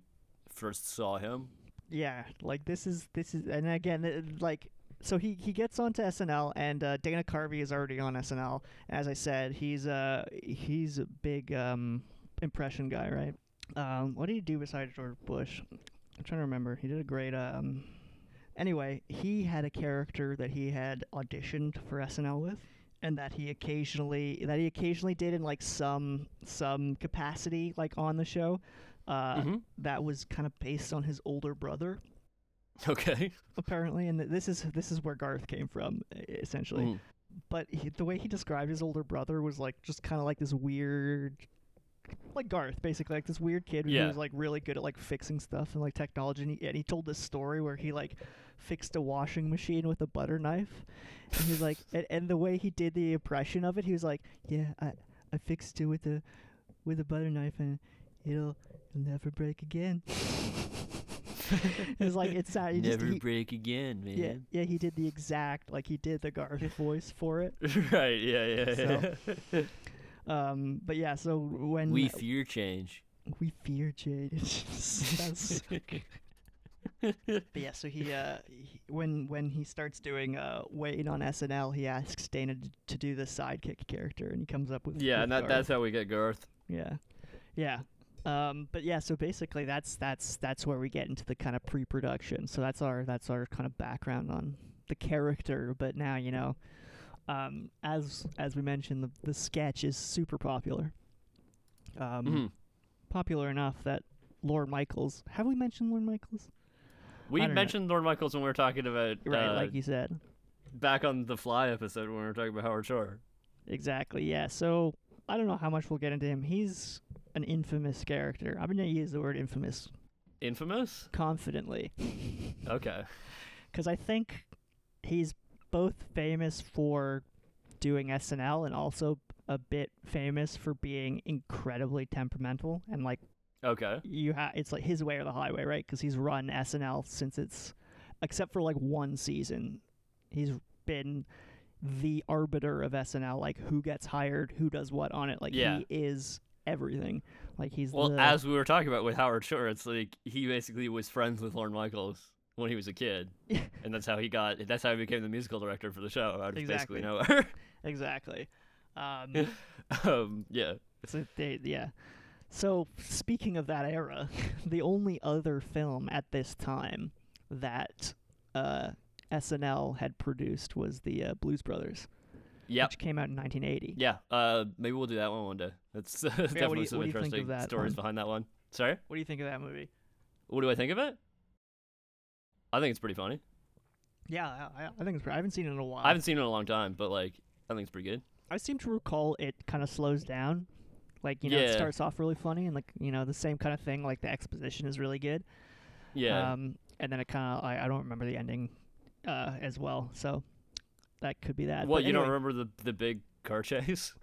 first saw him. Yeah, like this is this is and again it- like so he he gets onto SNL and uh, Dana Carvey is already on SNL. As I said, he's a he's a big um impression guy, right? Um, what did he do besides George Bush? I'm trying to remember. He did a great um. Anyway, he had a character that he had auditioned for SNL with, and that he occasionally that he occasionally did in like some some capacity, like on the show. Uh, Mhm. that was kind of based on his older brother Okay. apparently and th- this is this is where garth came from e- essentially Mhm. but he, the way he described his older brother was like just kind of like this weird like garth basically like this weird kid who Yeah. was like really good at like fixing stuff and like technology and he, and he told this story where he like fixed a washing machine with a butter knife and he's like and, and the way he did the impression of it he was like yeah i i fixed it with a with a butter knife and it'll, it'll never break again it's like it's not he just, Never he- break again, man. yeah, yeah, he did the exact like he did the Garth voice for it. right. Yeah. Yeah. So- yeah. Um, but yeah, so when we fear change. we fear change, That's- but yeah, so he, uh, he- when when he starts doing uh Wayne on SNL, he asks Dana d- to do the sidekick character, and he comes up with yeah, with and that, Garth. that's how we get Garth. yeah, yeah. Um, but yeah, so basically that's that's that's where we get into the kind of pre-production. So that's our that's our kind of background on the character. But now you know, um, as as we mentioned, the, the sketch is super popular. Um, Mhm. Popular enough that Lord Michaels. Have we mentioned Lord Michaels? I We don't know. mentioned Lorne Michaels when we were talking about Right, uh, like you said. back on the Fly episode when we were talking about Howard Shore. Exactly. Yeah. So I don't know how much we'll get into him. He's an infamous character. I'm gonna use the word infamous Infamous. confidently. Okay. because I think he's both famous for doing SNL and also a bit famous for being incredibly temperamental and like Okay. you ha- it's like his way or the highway, right? Because he's run SNL since it's except for like one season, he's been the arbiter of SNL, like who gets hired, who does what on it. Like Yeah. he is everything. Like he's Well, the, as we were talking about with Howard Shore, it's like he basically was friends with Lorne Michaels when he was a kid, and that's how he got. That's how he became the musical director for the show out of basically Exactly. nowhere. exactly. Um, um, yeah. So they, yeah. So speaking of that era, the only other film at this time that uh, SNL had produced was the uh, Blues Brothers, Yep. which came out in 1980. Yeah. Uh, maybe we'll do that one one day. That's uh, definitely do you- some what do you think of interesting that um, stories one? behind that one. Sorry. What do you think of that movie? What do I think of it? I think it's pretty funny. Yeah, I, I- I think it's. Pretty, I haven't seen it in a while. I haven't seen it in a long time, but like, I think it's pretty good. I seem to recall it kind of slows down. Like you know, it Yeah. starts off really funny and like you know the same kind of thing. Like the exposition is really good. Yeah. Um, and then it kind of I, I don't remember the ending uh, as well. So that could be that. well, But you don't anyway, remember the the big car chase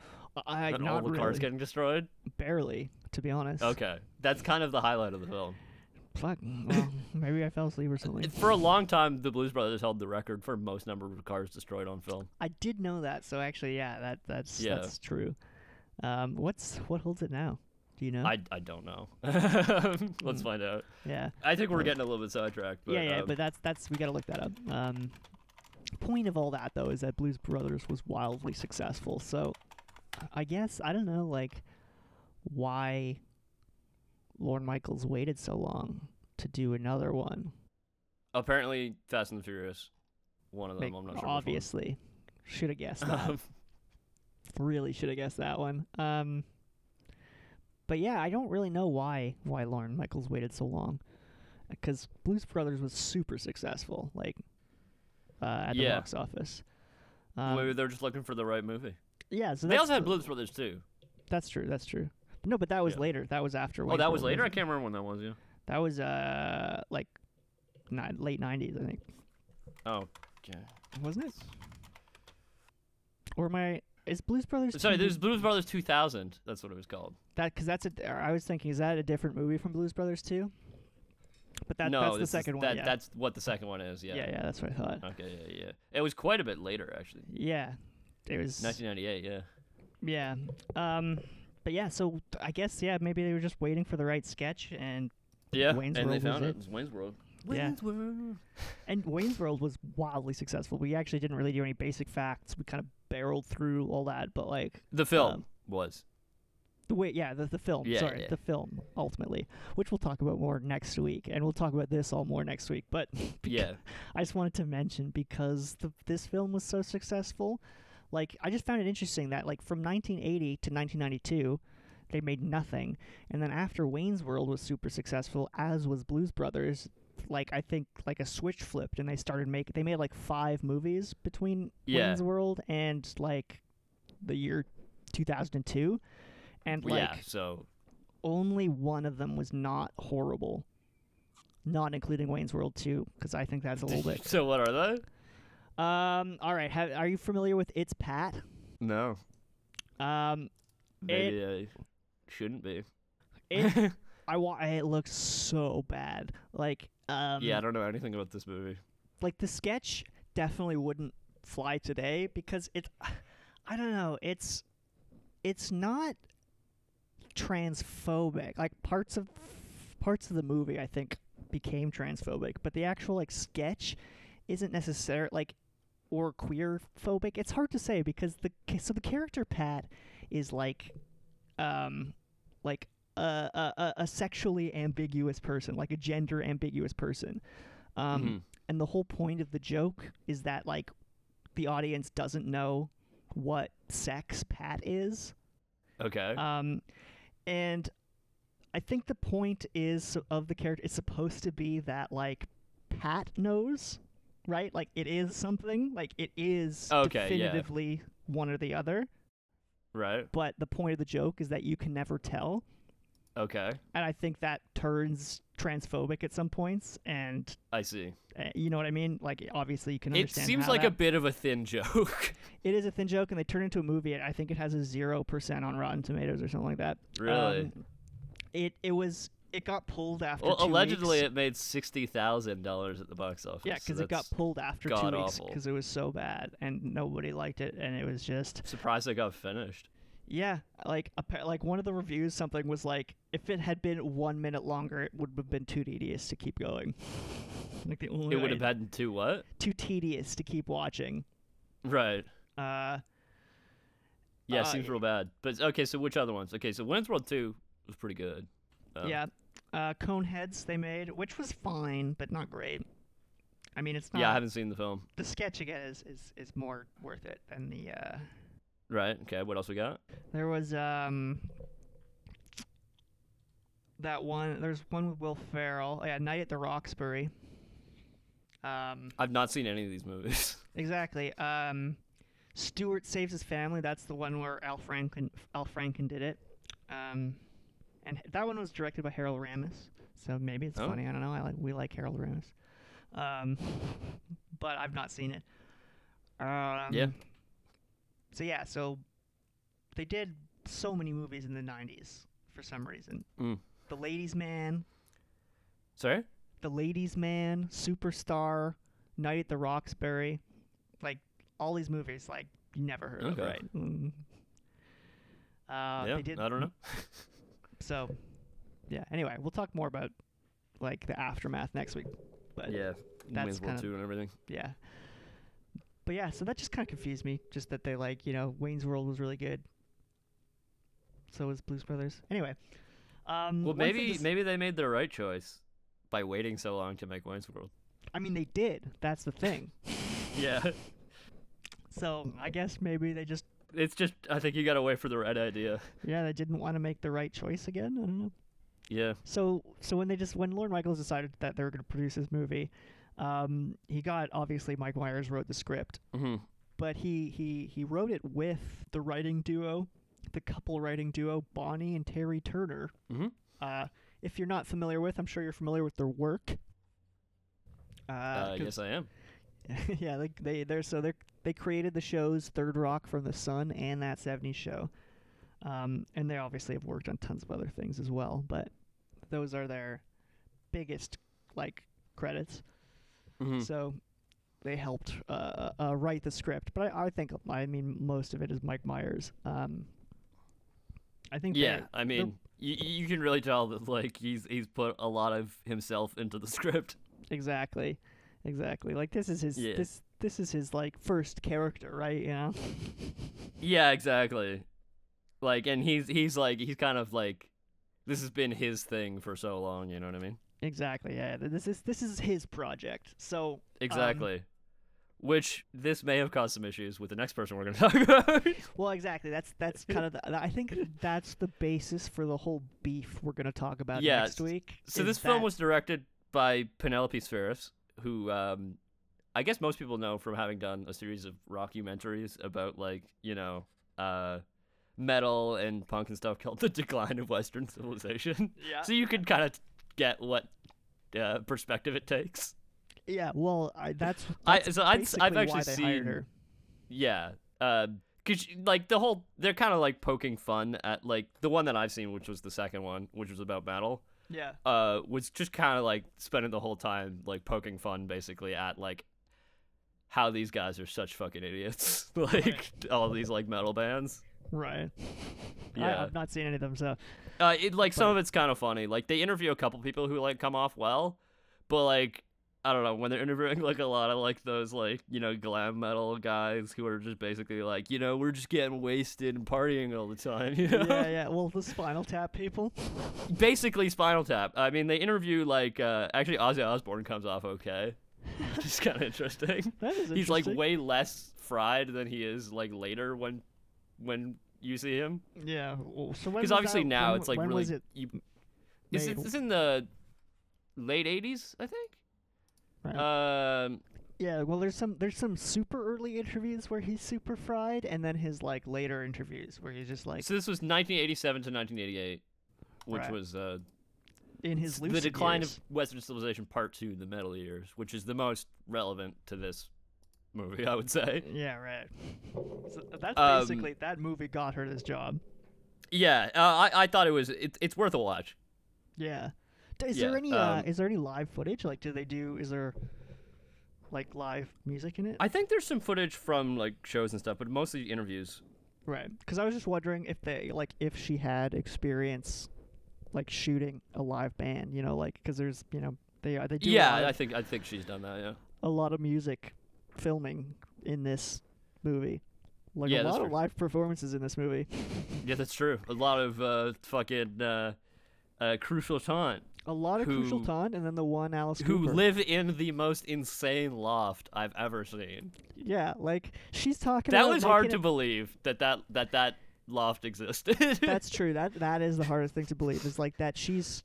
I and all not the really, cars getting destroyed? barely to be honest. Okay, that's kind of the highlight of the film. Fuck. Well, maybe I fell asleep or something. It- For a long time, the Blues Brothers held the record for most number of cars destroyed on film. I did know that. So actually, yeah, that that's Yeah. that's true. Um, what's what holds it now? Do you know? I, I don't know. Let's Mm. find out. yeah. I think we're Well- getting a little bit sidetracked. But, yeah, yeah, um, but that's that's we gotta look that up. Um, point of all that though is that Blues Brothers was wildly successful. So I guess I don't know like why Lorne Michaels waited so long to do another one. apparently Fast and the Furious, one of them. Like, I'm not sure. obviously, should have guessed Which that. one. Um, really should have guessed that one. Um, but yeah, I don't really know why why Lauren Michaels waited so long, because Blues Brothers was super successful, like uh, at the Yeah. box office. Um, maybe they're just looking for the right movie. yeah, so They that's also had the- Blues Brothers too. That's true. That's true. No, but that was Yeah. later. That was after. Oh, Wayne's that was World, later. I wasn't it? can't remember when that was. Yeah. That was uh like ni- late '90s, I think, Oh, okay. wasn't it? Or my is Blues Brothers? Sorry, TV there's Blues Brothers 2000. That's what it was called. That because that's a. or I was thinking, is that a different movie from Blues Brothers too? But that, no, that's the this is- second one. That, yeah. That's what the second one is. Yeah. Oh. yeah, yeah, that's what I thought. Okay. Yeah, yeah. It was quite a bit later, actually. Yeah, it was. 1998. Yeah. Yeah, um, but yeah, so I guess yeah, maybe they were just waiting for the right sketch, and Yeah. Wayne's and World they was found it. it. It was Wayne's World. Yeah. Wayne's World. and Wayne's World was wildly successful. We actually didn't really do any basic facts. We kind of barreled through all that, but like The film Um, was. the way, yeah, the, the film. Yeah, sorry, yeah. the film ultimately, which we'll talk about more next week, and we'll talk about this all more next week. But Yeah. I just wanted to mention because the, this film was so successful. Like, I just found it interesting that, like, from 1980 to 1992, they made nothing. And then after Wayne's World was super successful, as was Blues Brothers, like, I think, like, a switch flipped and they started making, they made, like, five movies between Yeah. Wayne's World and, like, the year 2002. And, like, yeah. So. only one of them was not horrible. Not including Wayne's World 2, because I think that's a little bit so what are they? um. All right. Have, are you familiar with It's Pat? No. Um. Maybe I shouldn't be. It. I wa- It looks so bad. Like. Um. yeah, I don't know anything about this movie. Like the sketch definitely wouldn't fly today because it's. I don't know. It's. It's not transphobic. Like parts of parts of the movie, I think, became transphobic, but the actual like sketch isn't necessarily like or queer phobic. It's hard to say because the ca- so the character Pat is like um like a, a, a sexually ambiguous person, like a gender ambiguous person. Um, Mhm. And the whole point of the joke is that like the audience doesn't know what sex Pat is. Okay. Um, and I think the point is of the character. It's supposed to be that like Pat knows, right? Like it is something. Like it is Okay, yeah. definitively one or the other. right. But the point of the joke is that you can never tell. Okay. And I think that turns transphobic at some points. And I see. uh, you know what I mean? Like obviously you can It understand. seems how like a that- bit of a thin joke. It is a thin joke, and they turn it into a movie. and I think it has a zero percent on Rotten Tomatoes or something like that. Really? Um, it it was it got pulled after. well, two allegedly weeks. it made sixty thousand dollars at the box office. yeah, because because it got pulled after two weeks god-awful. because it was so bad and nobody liked it, and it was just surprised it got finished. yeah, like appa- like one of the reviews something was like if it had been one minute longer, it would have been too tedious to keep going. like the only It would have way- had two what? too tedious to keep watching. Right. Uh, Yeah, Uh, seems yeah. real bad. But okay, so which other ones? Okay, so Wayne's World Two was pretty good. Um, Yeah. Uh, Coneheads they made, which was fine, but not great. I mean, it's not. Yeah, I haven't seen the film. the sketch again is, is, is more worth it than the. Uh, Right. Okay. What else we got? there was um. That one. There's one with Will Ferrell. Oh, yeah, Night at the Roxbury. Um. I've not seen any of these movies. Exactly. Um. Stewart saves his family. That's the one where Al Franken Al Franken did it. Um, and that one was directed by Harold Ramis. So maybe it's Oh. funny. I don't know. I like we like Harold Ramis. Um, but I've not seen it. Um, Yeah. So yeah. So they did so many movies in the '90s for some reason. Mm. The Ladies Man, Sorry. The Ladies Man, Superstar, Night at the Roxbury, like all these movies, like you never heard of, Okay. right? Mm. Uh, yeah. they did I don't know. so, yeah. Anyway, we'll talk more about like the aftermath next week. But yeah, Yeah. That's Mm, Wayne's kind World of- Two and everything. But yeah, so that just kind of confused me. Just that they like you know Wayne's World was really good. So was Blues Brothers. Anyway. Um, Well, once they maybe dec- maybe they made the right choice by waiting so long to make Wayne's World. I mean they did. That's the thing. Yeah. so I guess maybe they just It's just I think you got to wait for the right idea. yeah they didn't want to make the right choice again. I don't know. Yeah. So so when they just when Lorne Michaels decided that they were going to produce this movie, um, he got obviously Mike Myers wrote the script, hmm but he he he wrote it with the writing duo, the couple writing duo Bonnie and Terry Turner. Mhm. Uh, if you're not familiar with, I'm sure you're familiar with their work. Uh, Uh, 'cause- yes, I am. yeah, like they they're so they they created the shows Third Rock from the Sun and that 70s show. Um, and they obviously have worked on tons of other things as well, but those are their biggest like credits. hmm So they helped uh, uh, write the script, but I, I think I mean most of it is Mike Myers. Um, I think Yeah, they're- I mean, you, you can really tell that like he's he's put a lot of himself into the script. exactly, exactly. Like this is his Yeah. this this is his like first character, right? You know. Yeah, exactly. Like, and he's he's like he's kind of like this has been his thing for so long. You know what I Um, mean? Exactly. Yeah. th- This is this is his project. So Exactly. Which this may have caused some issues with the next person we're going to talk about. well, exactly. That's that's kind of the, I think that's the basis for the whole beef we're gonna talk about Yeah, next week. so is this film that- was directed by Penelope Spheris, who um, I guess most people know from having done a series of rockumentaries about like you know uh, metal and punk and stuff called "The Decline of Western Civilization." Yeah. so you can kind of get what uh, perspective it takes. yeah. Well, I, that's, I- that's so I'd s- I've basically actually why they hired seen- her. Yeah. Uh, Cause like the whole, they're kind of like poking fun at like the one that I've seen, which was the second one, which was about metal. Yeah. uh, was just kind of like spending the whole time like poking fun basically at like how these guys are such fucking idiots. like all these like metal bands. Right. I, Yeah. I've not seen any of them, so Uh, it like some of it's kind of funny. Like they interview a couple people who like come off well, but like I don't know when they're interviewing like a lot of like those like you know glam metal guys who are just basically like you know we're just getting wasted and partying all the time. You know? yeah, yeah. Well, the Spinal Tap people. basically Spinal Tap. I mean, they interview like uh, actually Ozzy Osbourne comes off okay, which is kind of interesting. That is He's like interesting. way less fried than he is like later when when you see him Yeah. well, So because obviously now it's like when really was it you, it's, made? it's in the late '80s, I think. Right. Um, Yeah, well, there's some there's some super early interviews where he's super fried, and then his like later interviews where he's just like so this was 1987 to 1988, which Right. was uh, in his s- lucid the decline years. of Western civilization, part two, the metal years, which is the most relevant to this movie, I would say. Yeah, right. So uh, that's Um, basically that movie got her this job. Yeah, uh, I I thought it was it, it's worth a watch. Yeah. D- Is yeah, there any uh, um, is there any live footage? Like, do they do? Is there like live music in it? I think there's some footage from like shows and stuff, but mostly interviews. Right. Because I was just wondering if they like if she had experience like shooting a live band. You know, like because there's you know they are they do a yeah, lot of- I think I think she's done that. Yeah. a lot of music filming in this movie. Like Yeah, a that's lot of true. live performances in this movie. Yeah, that's true. A lot of uh, fucking uh, uh, crucial taunt A lot of Crucial Who- Taunt and then the one Alice who Cooper. live in the most insane loft I've ever seen. yeah, like she's talking That about was hard to making believe that that that that loft existed. it- That's true. That that is the hardest thing to believe is like that she's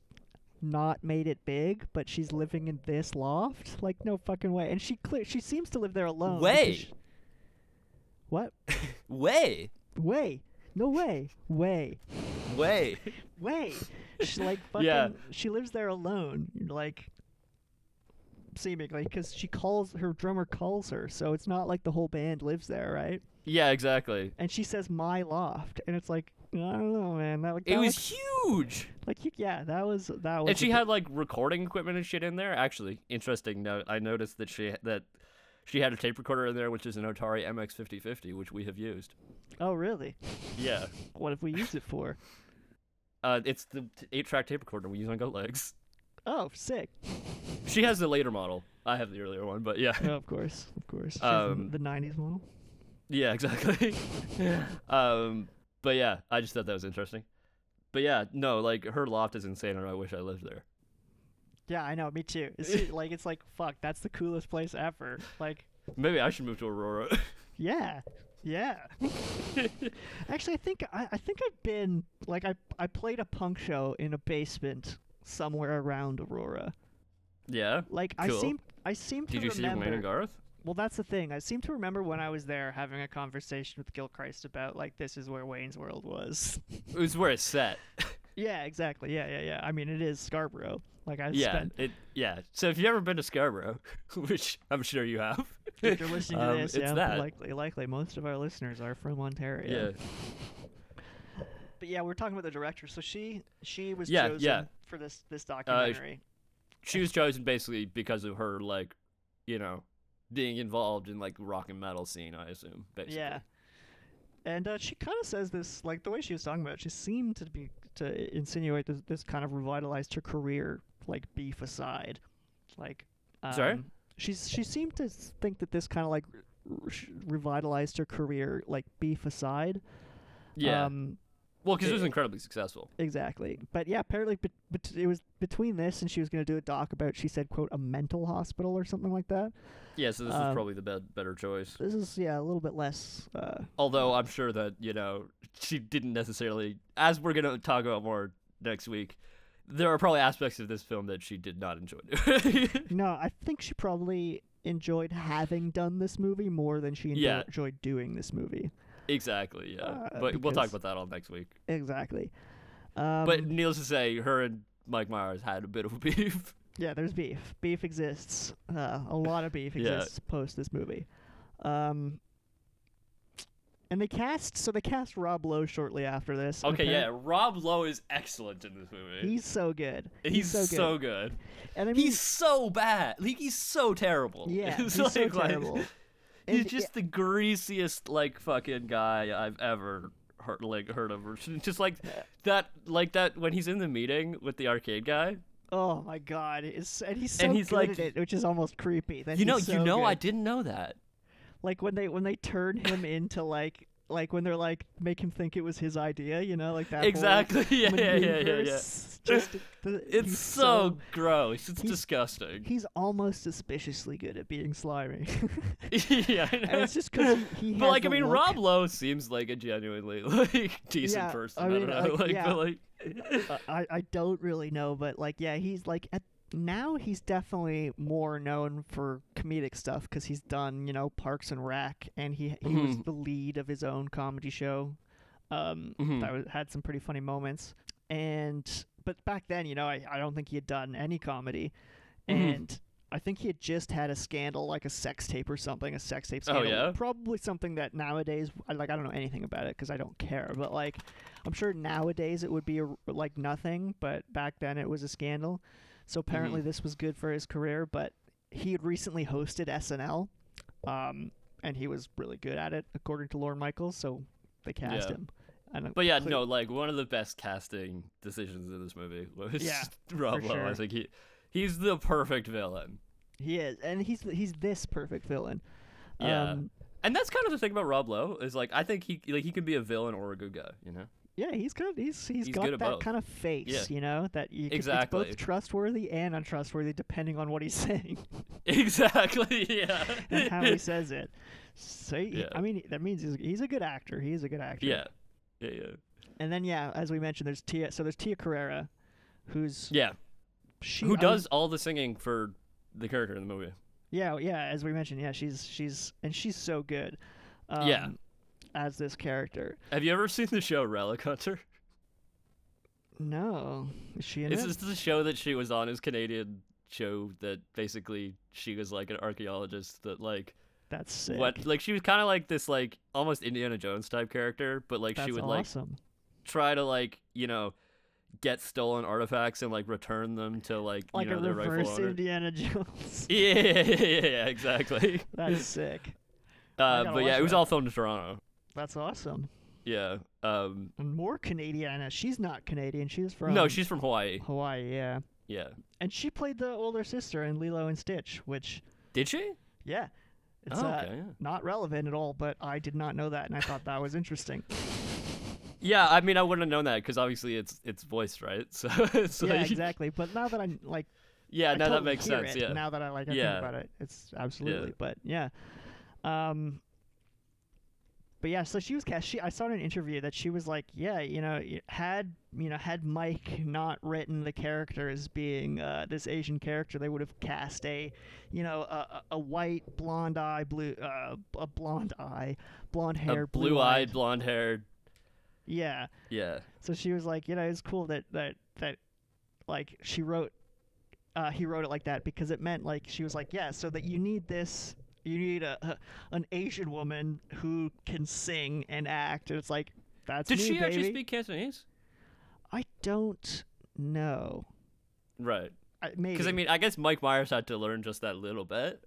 not made it big, but she's living in this loft. Like no fucking way. And she clear she seems to live there alone. because Way. she- what? way, Way. No way. Way. way. way. She like fucking. Yeah. She lives there alone, like seemingly, because she calls her drummer calls her, so it's not like the whole band lives there, right? yeah, exactly. And she says my loft, and it's like I don't know, man. That, like, It that was looks- huge, like you- yeah, that was that was. and she a- had like recording equipment and shit in there. Actually, interesting note. I noticed that she that she had a tape recorder in there, which is an Atari MX fifty fifty, which we have used. oh really? Yeah, What have we used it for? uh, it's the eight track tape recorder we use on Goat Legs. Oh, sick. She has the later model. I have the earlier one, but yeah. Oh, of course, of course. She has the- Um, the '90s model. Yeah, exactly. um, but yeah, I just thought that was interesting. But yeah, no, like her loft is insane, and I wish I lived there. Yeah, I know. Me too. It's ju- like it's like fuck. That's the coolest place ever. Like Maybe I should move to Aurora. Yeah. Yeah. Actually, I think I, I think I've been like I I played a punk show in a basement somewhere around Aurora. yeah. Like I Cool. seem I seem to Did you see remember. Wayne and Garth? well, that's the thing. I seem to remember when I was there having a conversation with Gilchrist about like this is where Wayne's World was. It was where it's set. yeah, exactly. Yeah, yeah, yeah. I mean, it is Scarborough. Like I yeah. spent. It. Yeah. So if you've ever been to Scarborough, which I'm sure you have, If you're listening to um, this, it's yeah, that. likely likely most of our listeners are from Ontario. yeah. But yeah, we're talking about the director. So she she was Yeah, chosen yeah. Uh, for this this documentary. She was chosen basically because of her like, you know, being involved in like rock and metal scene. I assume. Basically. yeah. And uh, she kind of says this like the way she was talking about it. She seemed to be to i- insinuate this this kind of revitalized her career, like beef aside, like. Um, Sorry? She's she seemed to s- think that this kind of like r- r- sh- revitalized her career, like beef aside. Yeah. Um, well, because it was it- incredibly successful. Exactly. But yeah, apparently bet bet- it was between this and she was going to do a doc about, she said, quote, a mental hospital or something like that. Yeah. So this was um, probably the be- better choice. This is, yeah, a little bit less. Uh, Although I'm sure that, you know, she didn't necessarily, as we're going to talk about more next week, there are probably aspects of this film that she did not enjoy. no, I think she probably enjoyed having done this movie more than she enjo- Yeah. enjoyed doing this movie. exactly, yeah. Uh, but we'll talk because- about that all next week. Exactly. Um, but needless to say, her and Mike Myers had a bit of beef. yeah, there's beef. Beef exists. Uh, a lot of beef Yeah. exists post this movie. Um, and they cast, so they cast Rob Lowe shortly after this. and okay, yeah, apparent- Rob Lowe is excellent in this movie. He's so good. He's, so good. good. And I mean, He's so bad. Like he's so terrible. yeah, It's he's so like- like- terrible. And He's y- just the greasiest like fucking guy I've ever heard like heard of. Just like that like that when he's in the meeting with the arcade guy. Oh my god, it's and he's so And he's good like- at it, which is almost creepy. That you know, he's you so know, I good. didn't know that. like when they when they turn him into like like when they're like make him think it was his idea, you know, like that. whole Exactly. Yeah, yeah, yeah, yeah, maneuver yeah. is Just the- It's he's so, gross. It's he's- disgusting. he's almost suspiciously good at being slimy, yeah, I know. and it's just because he. but has like, I the mean, look. Rob Lowe seems like a genuinely like decent Yeah, person. I I, mean, don't know, like, like, yeah. but like, Uh, I I don't really know, but like yeah, he's like at now he's definitely more known for comedic stuff because he's done you know Parks and Rec, and he he was Mhm. the lead of his own comedy show. Um, Mhm. that was, had some pretty funny moments, and but back then you know I I don't think he had done any comedy, Mhm. and. I think he had just had a scandal, like a sex tape or something, a sex tape Oh, scandal. yeah? Probably something that nowadays, I, like, I don't know anything about it because I don't care. But, like, I'm sure nowadays it would be a, like nothing, but back then it was a scandal. So apparently Mm-hmm. this was good for his career, but he had recently hosted SNL, um, and he was really good at it, according to Lorne Michaels, so they cast Yeah. him. And uh, it- but yeah, cle- no, like one of the best casting decisions in this movie was Yeah, Rob for Lowe. I sure. think he he's the perfect villain. He is, and he's he's this perfect villain. Yeah. Um, And that's kind of the thing about Rob Lowe is like I think he like he can be a villain or a good guy, you know. yeah, he's got he's He's he's got good at that both. kind of face, Yeah. you know, that you c- it's Exactly. both trustworthy and untrustworthy depending on what he's saying. Exactly. Yeah. and how he says it. So he- Yeah. I mean, that means he's, he's a good actor. He is a good actor. yeah. Yeah. Yeah. And then yeah, as we mentioned, there's Tia. So there's Tia Carrera, who's Yeah. she Who I does all the singing for the character in the movie? mean, yeah, yeah. As we mentioned, yeah, she's she's and she's so good. Um, Yeah. As this character. Have you ever seen the show Relic Hunter? No, is she in It's it? just the show that she was on. Is Canadian show that basically she was like an archaeologist that like That's sick. what like she was kind of like this like almost Indiana Jones type character, but like That's she would like awesome. try to like you know get stolen artifacts and like return them to like Like, you know a their reverse rightful owner. Indiana Jones. yeah, yeah, yeah, yeah, exactly. That's sick. Uh, gotta but yeah, watch it was that. all filmed in Toronto. That's awesome. Yeah. Um, And more Canadiana. She's not Canadian. She's from no, she's from Hawaii. Hawaii. Yeah. Yeah. And she played the older sister in Lilo and Stitch, which Did she? yeah, it's oh, uh, okay. Yeah. not relevant at all. But I did not know that, and I thought that was interesting. Yeah, I mean, I wouldn't have known that because obviously it's it's voiced, right? So, it's yeah, like- exactly. But now that I'm like, Yeah, I now that totally makes hear sense. it, Yeah. Now that I like, I Yeah. think about it, it's absolutely. But yeah, um, but yeah. So she was cast. She I saw in an interview that she was like, yeah, you know, y- had you know had Mike not written the character as being uh, this Asian character, they would have cast a, you know, a, a a white blonde eye blue uh, a blonde eye blonde hair A blue-eyed, blonde-haired. yeah. Yeah. So she was like, you know, it's cool that that that like she wrote uh he wrote it like that because it meant like she was like, yeah, so that you need this you need a, a an Asian woman who can sing and act and it's like that's Did me, she actually baby. speak Cantonese? I don't know. Right. I, maybe Because I mean, I guess Mike Myers had to learn just that little bit.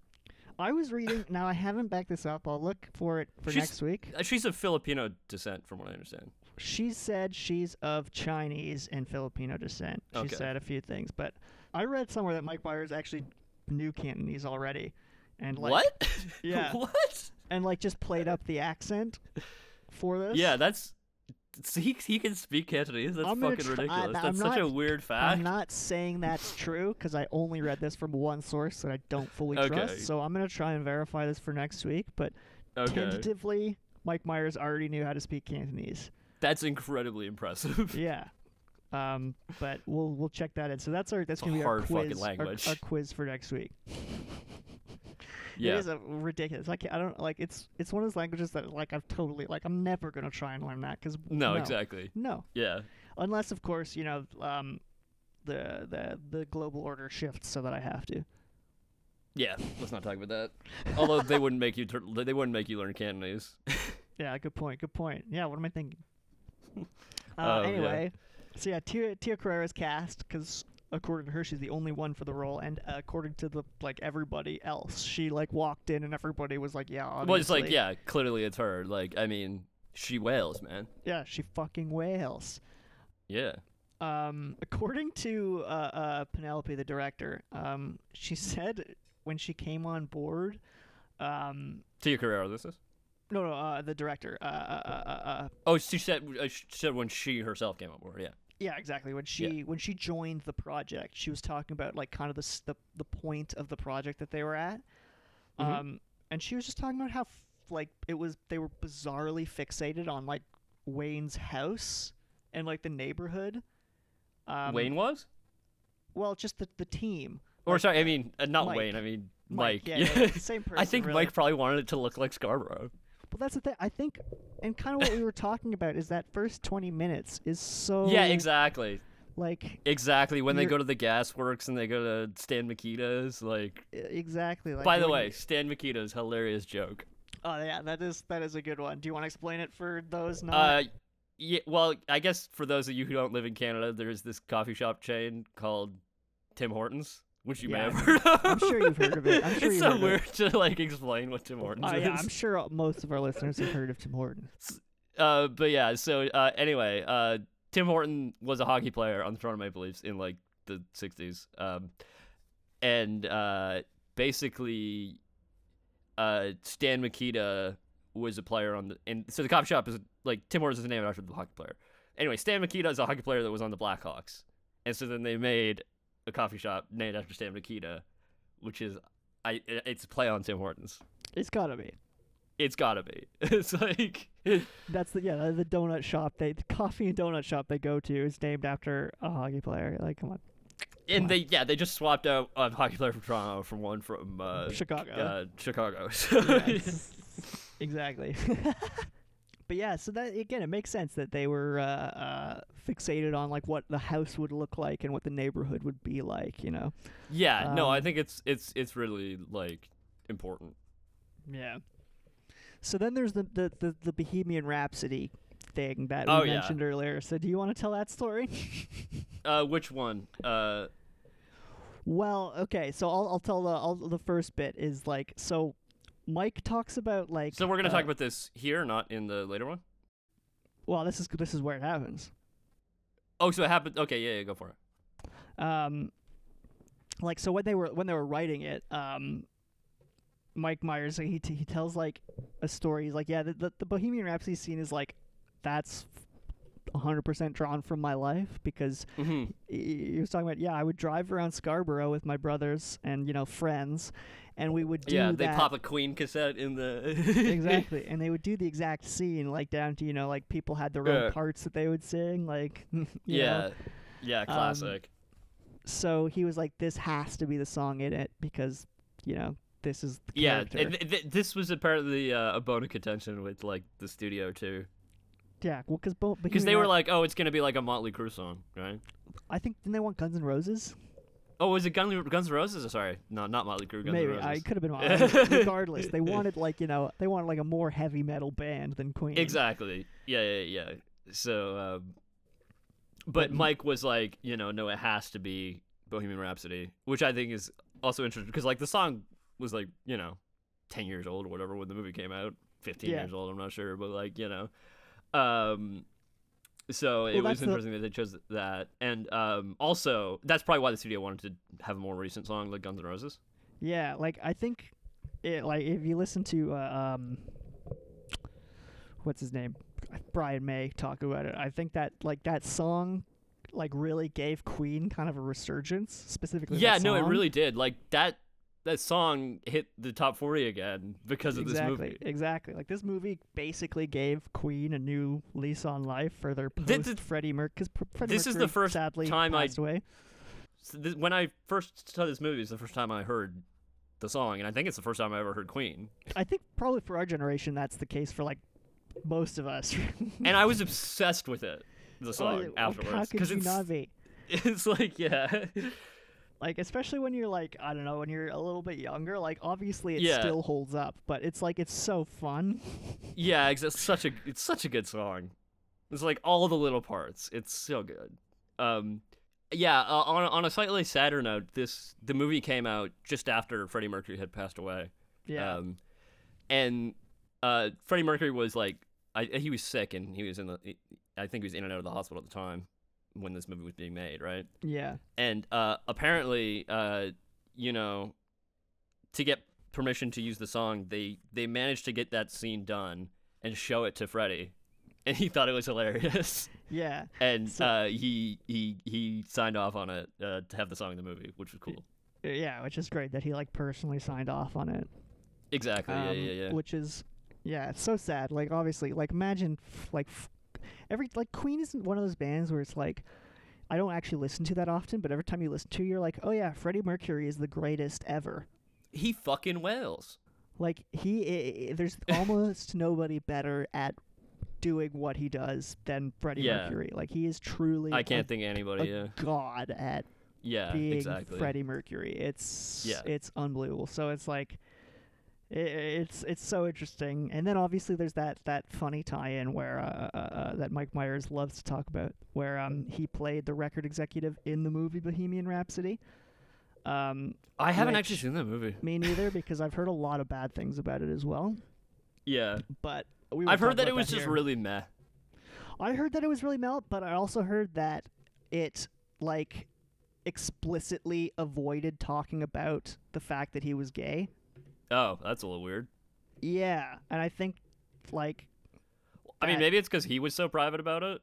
I was reading now I haven't backed this up. I'll look for it for She's- next week. Uh, She's of Filipino descent, from what I understand. She said she's of Chinese and Filipino descent. She Okay. said a few things, but I read somewhere that Mike Myers actually knew Cantonese already, and like what? yeah. what? and like just played up the accent for this. Yeah, that's. see, He, he can speak Cantonese. That's I'm gonna fucking tr- I- ridiculous. I'm that's such not- a weird fact. I'm not saying that's true because I only read this from one source that I don't fully Okay. trust. So I'm gonna try and verify this for next week. But okay. tentatively, Mike Myers already knew how to speak Cantonese. That's incredibly impressive. Yeah. Um, but we'll we'll check that in. So that's our that's It's a gonna be our hard fucking quiz our- language. Our, quiz for next week. It yeah. is a ridiculous. I, can't, I don't like it's it's one of those languages that like I've totally like I'm never gonna try and learn that because No, exactly. no Yeah. unless of course you know um the the the global order shifts so that I have to. Yeah. Let's not talk about that. Although they wouldn't make you tur- they wouldn't make you learn Cantonese. Yeah, good point. Good point. Yeah, what am I thinking? uh, Oh, yeah. anyway, so yeah, Tia, Tia Carrera's cast because according to her, she's the only one for the role, and uh, according to the like everybody else, she like walked in and everybody was like, yeah, obviously. Well, it's like yeah, clearly it's her. Like I mean, she wails, man. yeah, she fucking wails. Yeah. Um, according to uh, uh, Penelope, the director, um, she said when she came on board, um, Tia Carrera, this is. no, no, uh, the director, uh, uh, uh, uh, uh, Oh, she said uh, she said when she herself came on board. Yeah. yeah, exactly. When she when she joined the project, she was talking about like kind of the s- the, the point of the project that they were at, um, and she was just talking about how f- like it was they were bizarrely fixated on like Wayne's house and like the neighborhood. Um, Wayne was, Well, just the the team. or like, sorry, I mean uh, not Mike. Wayne. I mean Mike. Mike, yeah, yeah, it's the same I person, think really. Mike probably wanted it to look like Scarborough. Well, that's the thing. I think, and kind of what we were talking about is that first 20 minutes is so. Yeah, exactly, Like, exactly. When they Oh. You're- go to the gasworks and they go to Stan Mikita's, like. e- exactly. Like By the when way, you- Stan Mikita's hilarious joke. Oh, yeah, that is that is a good one. Do you want to explain it for those not? Uh, yeah. Well, I guess for those of you who don't live in Canada, there's this coffee shop chain called Tim Hortons, which you Yeah, may have heard of. I'm sure you've heard of it. I'm sure it's you've so heard of it. weird to like explain what Tim Hortons Oh, is. yeah, I'm sure all- most of our listeners have heard of Tim Horton. Uh, but yeah, so uh, anyway, uh, Tim Horton was a hockey player on the Toronto Maple Leafs in like the '60s, um, and uh, basically, uh, Stan Mikita was a player on the, and so the cop shop is like Tim Hortons is named after the hockey player. Anyway, Stan Mikita is a hockey player that was on the Blackhawks, and so then they made a coffee shop named after Stan Mikita, which is, I it's a play on Tim Hortons. It's gotta be. It's gotta be. It's like. That's the yeah the donut shop they the coffee and donut shop they go to is named after a hockey player. Like, come on, And Wow. they yeah they just swapped out a hockey player from Toronto from one from uh, Chicago. uh, Chicago. Yeah, it's- exactly. but yeah, so that again, it makes sense that they were uh, uh, fixated on like what the house would look like and what the neighborhood would be like. You know. yeah, no, I Um, think it's it's it's really like important. Yeah. So then there's the the the, the Bohemian Rhapsody thing that Oh, we yeah. mentioned earlier. So do you want to tell that story? Uh, which one? Uh, well, okay. So I'll I'll tell the I'll, the first bit is like so. Mike talks about like. so we're gonna uh, talk about this here, not in the later one. Well, this is this is where it happens. Oh, so it happened. Okay, yeah, yeah, go for it. um, like so when they were when they were writing it um, mike myers he, t- he tells like a story he's like yeah the, the, the bohemian rhapsody scene is like that's 100% drawn from my life because hmm he he was talking about yeah i would drive around scarborough with my brothers and you know friends and we would do Yeah, they that pop a Queen cassette in the exactly and they would do the exact scene like down to you know like people had their Yeah. own parts that they would sing like you know. yeah, Um, yeah, classic. so he was like, "This has to be the song in it because you know this is the yeah, character." and th- th- this was apparently uh, a bone of contention with like the studio too, yeah, well, because both because they were like, oh, it's gonna be like a Motley Crue song, right? I think didn't they want Guns N' Roses? Oh, was it Guns, Guns N' Roses? Oh, Sorry, no, not Motley Crue. Guns N' Maybe Roses. I could have been wrong. I don't know. Regardless, they wanted like you know they wanted like a more heavy metal band than Queen. Exactly. Yeah, yeah, yeah. So, um, but But- Mike was like, you know, no, it has to be Bohemian Rhapsody, which I think is also interesting because like the song was like, you know, ten years old or whatever when the movie came out. Fifteen Yeah. years old, I'm not sure, but like, you know, um. So it was Well, that's the- interesting that they chose that, and um, also that's probably why the studio wanted to have a more recent song like Guns N' Roses. Yeah, like I think it like if you listen to uh, um what's his name Brian May talk about it, I think that like that song like really gave Queen kind of a resurgence specifically. Yeah, that no, it song. really did. Like that that song hit the top 40 again because of exactly, this movie. Exactly. Like this movie basically gave Queen a new lease on life for their post Thi- thi- Freddie Mercury. Freddie this is the Mercury first sadly time I- passed away. So this, when I first saw this movie, it's the first time I heard the song, and I think it's the first time I ever heard Queen. I think probably for our generation that's the case for like most of us. And I was obsessed with it, the Oh, song yeah, well, How afterwards, could because you it's not be? it's like yeah, Like especially when you're like I don't know when you're a little bit younger. Like obviously it Yeah. still holds up, but it's like it's so fun. yeah. It's, it's such a it's such a good song. It's like all the little parts. It's so good. Um, yeah. Uh, on on a slightly sadder note, this the movie came out just after Freddie Mercury had passed away. Yeah. Um, and uh, Freddie Mercury was like, I, he was sick and he was in the, I think he was in and out of the hospital at the time. when this movie was being made, right? Yeah. And uh, apparently, uh, you know, to get permission to use the song, they they managed to get that scene done and show it to Freddie, and he thought it was hilarious. Yeah. and So- uh, he he he signed off on it uh, to have the song in the movie, which was cool. Yeah, which is great that he like personally signed off on it. Exactly. yeah, um, yeah, yeah. Which is, yeah, it's so sad. Like, obviously, like imagine, f- like, f- every like Queen isn't one of those bands where it's like, I don't actually listen to that often, but every time you listen to, it, you're like, oh yeah, Freddie Mercury is the greatest ever. he fucking wails. Like he, i i there's almost nobody better at doing what he does than Freddie Yeah. Mercury. Like he is truly, I can't a think of anybody. Yeah. god at Yeah. being Uh, exactly. Freddie Mercury. It's Yeah. it's unbelievable. So it's like i it's it's so interesting. And then obviously there's that that funny tie-in where uh, uh, uh, that Mike Myers loves to talk about, where um he played the record executive in the movie Bohemian Rhapsody. Um, I haven't which- actually seen that movie. me neither, because I've heard a lot of bad things about it as well. Yeah. But we I've won't heard talk that about it was just here. really meh. I heard that it was really melt, but I also heard that it like explicitly avoided talking about the fact that he was gay. Oh, that's a little weird. Yeah, and I think like I mean, That- maybe it's because he was so private about it.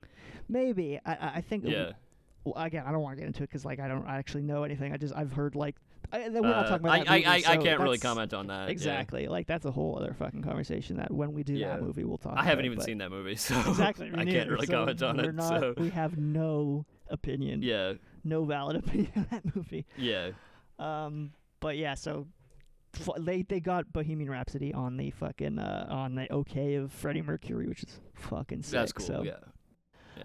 maybe I- I I think Yeah. well, again I don't want to get into it because like I don't actually know anything. I just I've heard like I, we're Uh, not talking about I, that I, movie, I, I so can't really that's- comment on that. yeah. Exactly, like that's a whole other fucking conversation that when we do Yeah. that movie we'll talk. I haven't about, even but- seen that movie, so Exactly, me I can't neither, really so comment on we're it. not- So we have no opinion, yeah, no valid opinion on that movie. yeah, Um, but yeah, so f- they they got Bohemian Rhapsody on the fucking uh, on the okay of Freddie Mercury, which is fucking sick. that's cool. So yeah,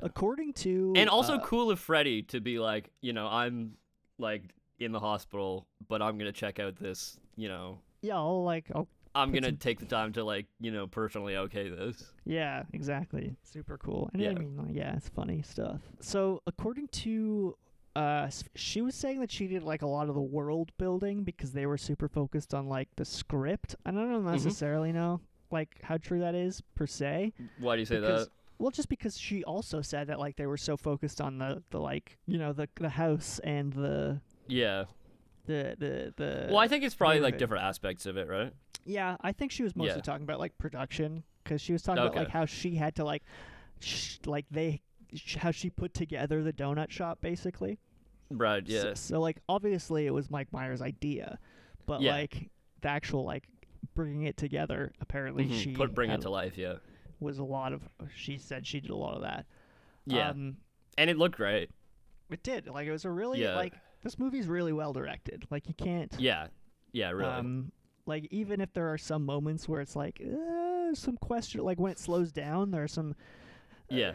according to and also uh, cool of Freddie to be like, you know, I'm like in the hospital, but I'm gonna check out this. You know, yeah, I'll like oh, I'll, I'm Put gonna some- take the time to like, you know, personally okay this. yeah, exactly, super cool. And I Yeah. mean, like, yeah, it's funny stuff. So according to uh, s- she was saying that she did like a lot of the world building because they were super focused on like the script. I don't Mm-hmm. know necessarily know like how true that is per se. Why do you say Because- that? Well, just because she also said that like they were so focused on the, the like you know the the house and the Yeah. the the the. Well, I think it's probably like neighborhood. different aspects of it, right? yeah, I think she was mostly Yeah. talking about like production because she was talking about Okay. like how she had to like, sh- like they, sh- how she put together the donut shop basically. Right. S- Yeah. So, like obviously it was Mike Myers' idea, but Yeah. like the actual like bringing it together apparently Mhm, she Put bring had- it to life. Yeah. was a lot of she said she did a lot of that. Yeah. Um, and it looked great. It did. Like it was a really Yeah. like this movie's really well directed. Like you can't Yeah. Yeah. Really. um like even if there are some moments where it's like uh, some question like when it slows down there are some yeah.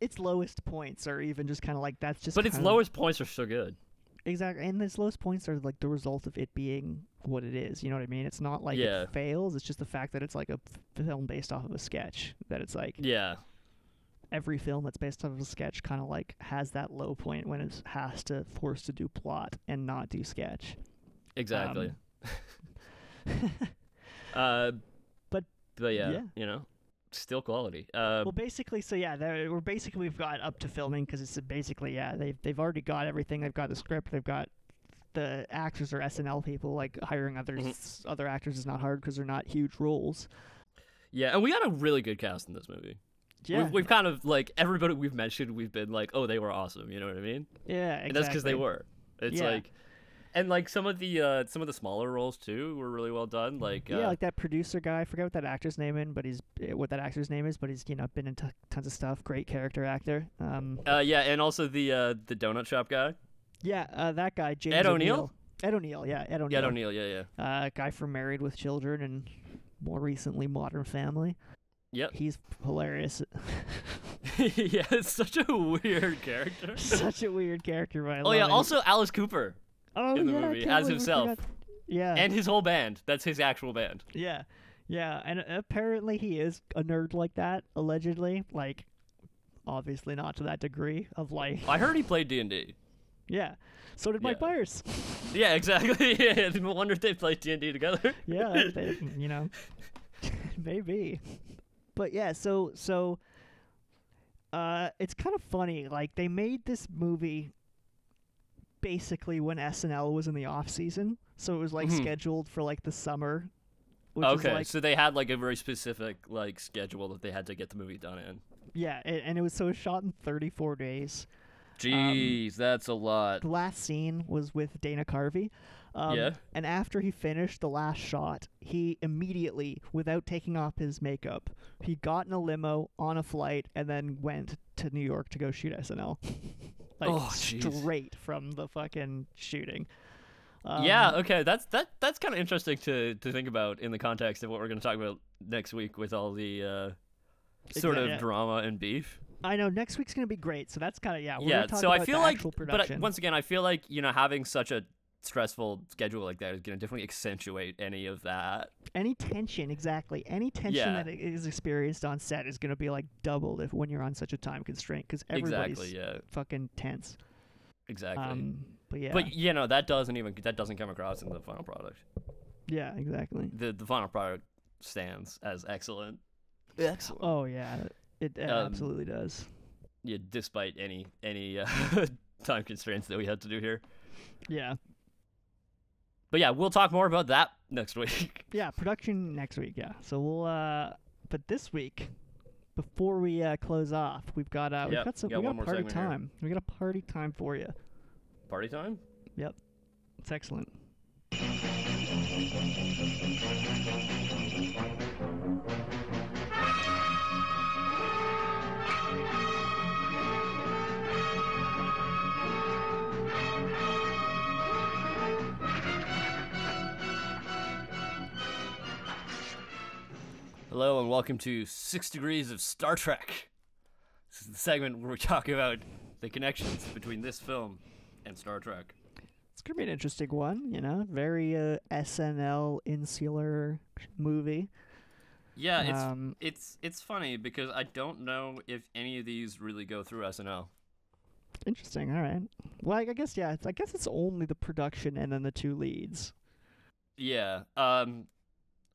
its lowest points are even just kind of like that's just But its kind of- lowest points are so good. exactly and its lowest points are like the result of it being what it is you know what i mean it's not like Yeah. it fails it's just the fact that it's like a f- film based off of a sketch that it's like Yeah. every film that's based off of a sketch kind of like has that low point when it has to force to do plot and not do sketch Exactly. Um, uh, but- but yeah, yeah. you know, still quality. Uh, well, basically, so yeah, there- we're basically we've got up to filming because it's basically yeah they've they've already got everything. They've got the script. They've got the actors or SNL people. Like hiring others Mm-hmm. other actors is not hard because they're not huge roles. yeah, and we got a really good cast in this movie. Yeah, We've, we've kind of like everybody we've mentioned, we've been like, oh, they were awesome. You know what I mean? yeah, exactly. And that's because they were. It's Yeah. like, and like some of the uh, some of the smaller roles too were really well done. Like, uh, Yeah, like that producer guy. I forget what that actor's name in, but he's eh, what that actor's name is, but he's you know been in t- tons of stuff. Great character actor. Um, uh, yeah, and also the uh, the donut shop guy, yeah, uh, that guy James Ed O'Neill? O'Neill. Ed O'Neill, yeah, Ed O'Neill. yeah, O'Neill, yeah, yeah, uh, guy from Married with Children and more recently Modern Family. Yep. He's hilarious. yeah. It's such a weird character. Such a weird character, but I oh yeah, love it. also Alice Cooper oh, in the yeah, I movie can't as believe I himself. forgot- Yeah. and his whole band. That's his actual band. yeah. Yeah, and apparently he is a nerd like that allegedly, like obviously not to that degree of like I heard he played D and D. yeah. So did Mike Yeah. Myers. Yeah, exactly. Yeah, no wonder if they played D and D together. yeah, they- mm, you know, maybe. But yeah, so so Uh, it's kind of funny. Like they made this movie basically when SNL was in the off season, so it was like Mhm. scheduled for like the summer. Which is, Okay, like, so they had like a very specific like schedule that they had to get the movie done in. yeah, a- and it was so it was shot in 34 days. Um, Jeez, that's a lot. The last scene was with Dana Carvey. Um, Yeah. And after he finished the last shot, he immediately, without taking off his makeup, he got in a limo on a flight and then went to New York to go shoot SNL. like Oh, jeez. straight from the fucking shooting. Um, yeah, okay, that's that that's kind of interesting to to think about in the context of what we're going to talk about next week with all the uh, sort Yeah, of yeah. drama and beef. I know next week's gonna be great, so that's kind of yeah. Uh, We're yeah, gonna talk so about I feel the like, actual but I, production. once again, I feel like you know having such a stressful schedule like that is going to definitely accentuate any of that. any tension exactly any tension Yeah. that that is experienced on set is going to be like doubled if when you're on such a time constraint because everybody's Exactly. Yeah. fucking tense Exactly. um but yeah But you know that doesn't even that doesn't come across in the final product. yeah exactly The the final product stands as excellent. Excellent. oh yeah it, it Um, absolutely does Yeah, despite any any uh, time constraints that we had to do here. yeah But yeah, we'll talk more about that next week. yeah production next week yeah so we'll uh but this week before we uh close off we've got uh Yep, we've got some got we got one a more party segment here. time we got a party time for you Party time. it's excellent Hello and welcome to Six Degrees of Star Trek. This is the segment where we talk about the connections between this film and Star Trek. It's gonna be an interesting one, you know. Very uh, SNL insular movie. Yeah, it's Um, it's it's funny because I don't know if any of these really go through SNL. interesting. All right. Well, I I guess yeah. it's- I guess it's only the production and then the two leads. Yeah. Um.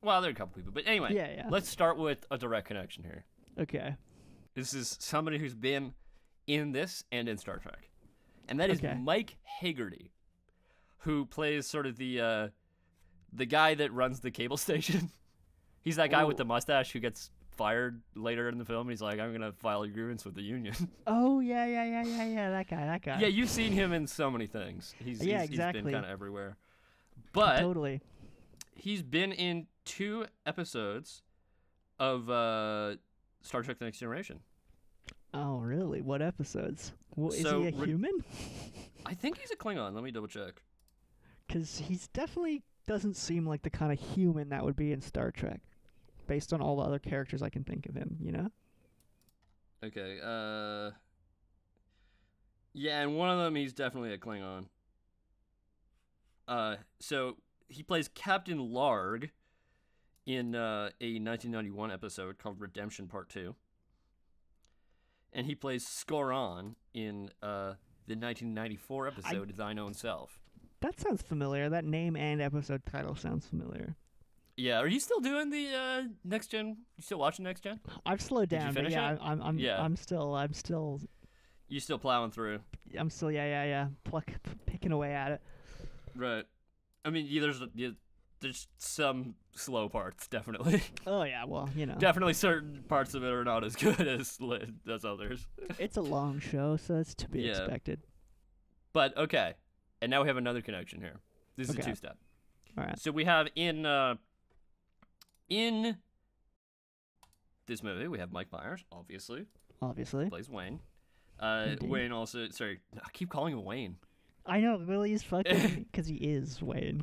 Well, there are a couple people, but anyway. Yeah, yeah. Let's start with a direct connection here. Okay. This is somebody who's been in this and in Star Trek, and that is Okay. Mike Hagerty, who plays sort of the uh, the guy that runs the cable station. he's that guy with Ooh. the mustache who gets fired later in the film. He's like, I'm gonna file a grievance with the union. Oh yeah, yeah, yeah, yeah, yeah. That guy, that guy. yeah, you've seen him in so many things. He's Yeah, he's, he's exactly. been kind of everywhere, but totally. he's been in two episodes of uh, Star Trek: The Next Generation. Oh really? What episodes? Well, is So, he a re- human? I think he's a Klingon. Let me double check. Because he's definitely doesn't seem like the kind of human that would be in Star Trek, based on all the other characters I can think of him. You know? Okay. Uh. Yeah, and one of them he's definitely a Klingon. Uh, so he plays Captain Larg in uh, a 1991 episode called Redemption Part Two, and he plays Scoron in uh the 1994 episode Thine Own Self. That sounds familiar. That name and episode title sounds familiar. Yeah, are you still doing the uh, next gen? You still watching next gen? I've slowed Did you down, but finish yeah, it? I'm, I'm, Yeah. I'm still, I'm still, You still plowing through? I'm still, yeah, yeah, yeah, pluck, p- picking away at it. Right. I mean, yeah, there's yeah, there's some slow parts, definitely. Oh yeah, well, you know, definitely, certain parts of it are not as good as li- as others. it's a long show, so it's to be Yeah. expected. But okay, and now we have another connection here. This is Okay. a two-step. All right. So we have in uh, in this movie we have Mike Myers, obviously Obviously, plays Wayne. Uh, Indeed. Wayne also sorry, I keep calling him Wayne. I know Willie's fucking because he is Wayne.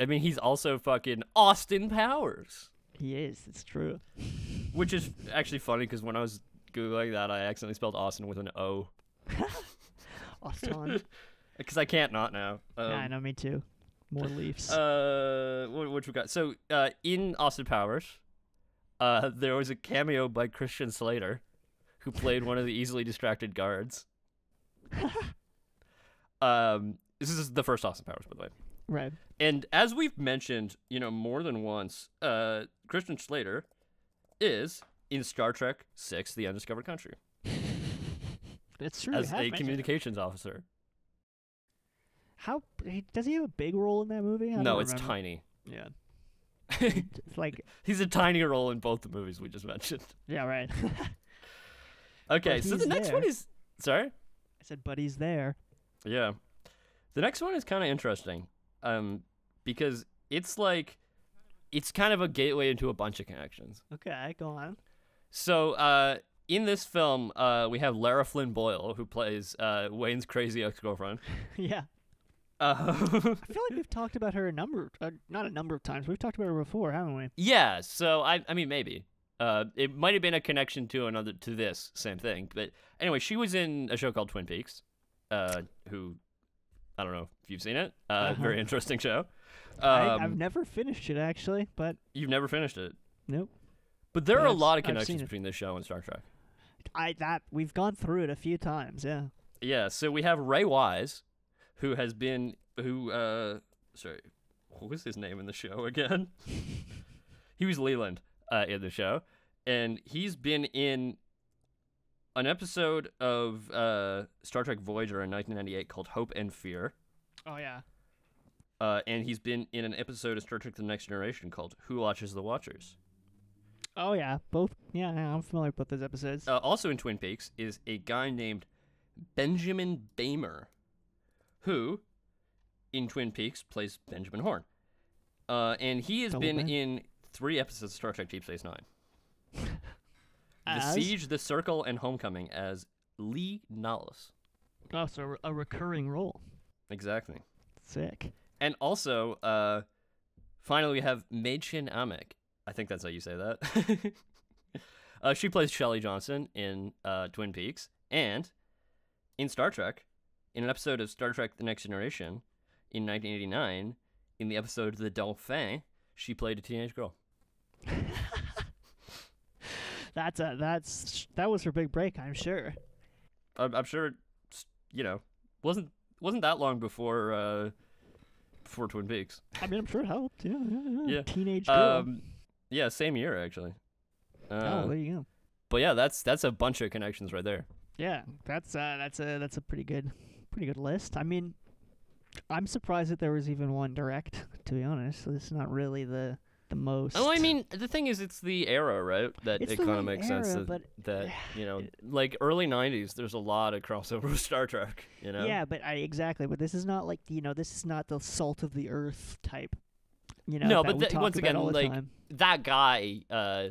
I mean, he's also fucking Austin Powers. He is. It's true. Which is actually funny because when I was googling that, I accidentally spelled Austin with an O Um, Austin. because I can't not now. Um, yeah, I know. Me too. More Leafs. Uh, what, what we got? So, uh, in Austin Powers, uh, there was a cameo by Christian Slater, who played one of the easily distracted guards. um, this is the first Austin Powers, by the way. right. And as we've mentioned, you know, more than once, uh, Christian Slater is in Star Trek Six: The Undiscovered Country. It's true. as he had a mentioned it. communications officer. How he- does he have a big role in that movie? I No, don't it's remember. tiny. Yeah. It's like He's a tiny role in both the movies we just mentioned. yeah, right. Okay, But so the he's next one there. is sorry. I said, but he's there. Yeah. The next one is kind of interesting um, because it's like, it's kind of a gateway into a bunch of connections. Okay, go on. So uh, in this film, uh, we have Lara Flynn Boyle, who plays uh, Wayne's crazy ex girlfriend. yeah, Uh, I feel like we've talked about her a number, uh, not a number of times. We've talked about her before, haven't we? yeah, so I, I mean, maybe. Uh, it might have been a connection to another to this same thing, but anyway, she was in a show called Twin Peaks. Uh, who I don't know if you've seen it. Uh, Uh-huh. Very interesting show. Um, I, I've never finished it actually, but you've never finished it. nope. But there Yeah, are a I've- lot of I've seen connections it. between this show and Star Trek. I that we've gone through it a few times. Yeah. Yeah, so we have Ray Wise, who has been who uh sorry, what was his name in the show again? he was Leland uh, in the show, and he's been in an episode of uh, Star Trek Voyager in 1998 called Hope and Fear, Oh yeah. uh, and he's been in an episode of Star Trek: The Next Generation called Who Watches the Watchers. Oh yeah. Both. Yeah, yeah, I'm familiar with those episodes. uh, also in Twin Peaks is a guy named Benjamin Bamer, who in Twin Peaks plays Benjamin Horn. Uh, and he has Double been Ben. in three episodes of Star Trek Deep Space Nine The As? Siege, The Circle, and Homecoming as Lee Nollis. Oh, so a re- a recurring role. Exactly. Sick. And also, uh, finally, we have Machin Amick. I think that's how you say that. uh, she plays Shelley Johnson in uh, Twin Peaks and in Star Trek, in an episode of Star Trek The Next Generation in 1989, in the episode The Dauphin, she played a teenage girl. That's a that's that was her big break, I'm sure. I'm, I'm sure, it's, you know, wasn't wasn't that long before uh, before Twin Peaks. I mean, I'm sure it helped. Yeah, yeah, yeah. Yeah. Teenage girl. Um, yeah, same year actually. Uh, oh, there you go. but yeah, that's that's a bunch of connections right there. Yeah, that's uh, that's a that's a pretty good, pretty good list. I mean, I'm surprised that there was even one direct. To be honest, it's not really the the most. Oh, I mean, the thing is, it's the era, right? That It's it the kind of right makes sense era, that, but- that you know, like early '90s. There's a lot of crossover with Star Trek. You know, yeah, but I exactly. But this is not like you know, this is not the salt of the earth type. You know, No, that but we that- talk once about again, all the like, time. that guy, uh,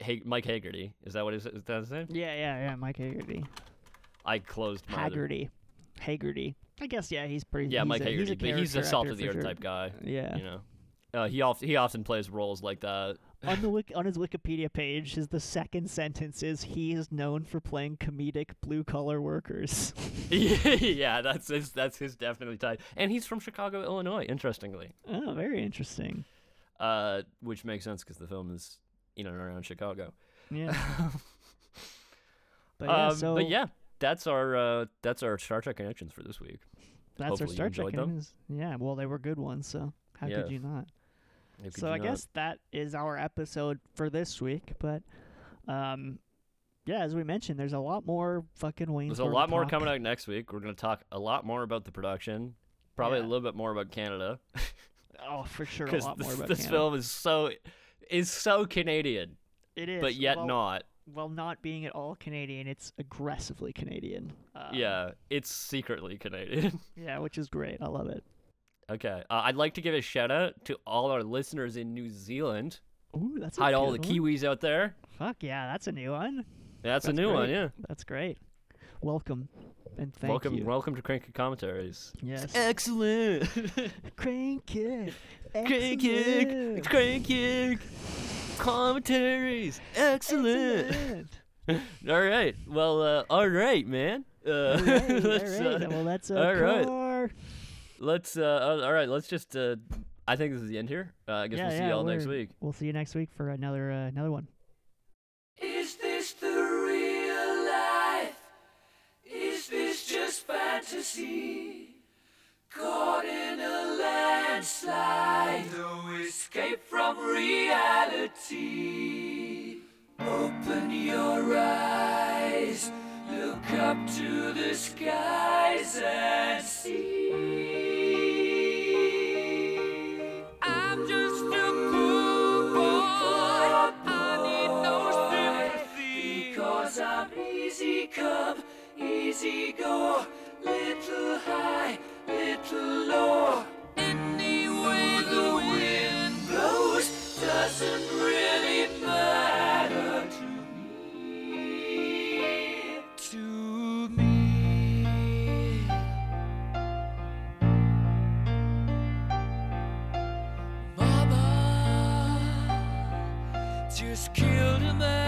Hag- Mike Haggerty. Is that what his, is that his name? yeah, yeah, yeah, Mike Haggerty, I closed my. other- Haggerty, Haggerty. I guess yeah, he's pretty. yeah, he's Mike a, Haggerty, he's a but he's a character salt actor of the for earth sure. type guy. Yeah. You know, uh, he often he often plays roles like that. on the wik- on his Wikipedia page, his the second sentence is he is known for playing comedic blue collar workers. yeah, that's his, that's his definitely type, and he's from Chicago, Illinois. Interestingly, oh, very interesting. uh, which makes sense because the film is in and around Chicago. Yeah, but Um, yeah, so yeah, that's our uh, that's our Star Trek connections for this week. that's our hopefully you Star Trek. enjoyed them. news. Yeah, well, they were good ones, so how Yeah. could you not? How could so you I not? guess that is our episode for this week. But um, yeah, as we mentioned, there's a lot more fucking Wayne. there's a lot more coming out next week. We're going to talk a lot more about the production, probably a Yeah. little bit more about Canada Oh, for sure, a because lot this, more about this Canada. film is so is so Canadian, It is, but yet well, not. Well, not being at all Canadian, it's aggressively Canadian. Um, yeah, it's secretly Canadian. Yeah, which is great. I love it. okay, uh, I'd like to give a shout out to all our listeners in New Zealand. Ooh, that's a Hi to all the good one. Kiwis out there. Fuck yeah, that's a new one. That's, a That's new one. great. Yeah, That's great. Welcome, and thank welcome, you. welcome to Cranky Commentaries. yes, Excellent. crank it, Crank kick, excellent, crank kick, commentaries, excellent. excellent. all right, well, uh, all right, man. Uh, All right, all let's, right. uh, Well, that's a all right. car. let's, uh, all right, let's just. Uh, I think this is the end here. Uh, I guess Yeah, we'll see yeah, y'all next we're- week. We'll see you next week for another uh, another one. Is this the real life? Is this just fantasy? Caught in a landslide, no escape from reality. Open your eyes Look up to the skies and see. I'm just a poor boy. I need no sympathy. Because I'm easy come, easy go. Little high, little low. Any way the wind blows doesn't really matter to me. To me. Mama just killed a man.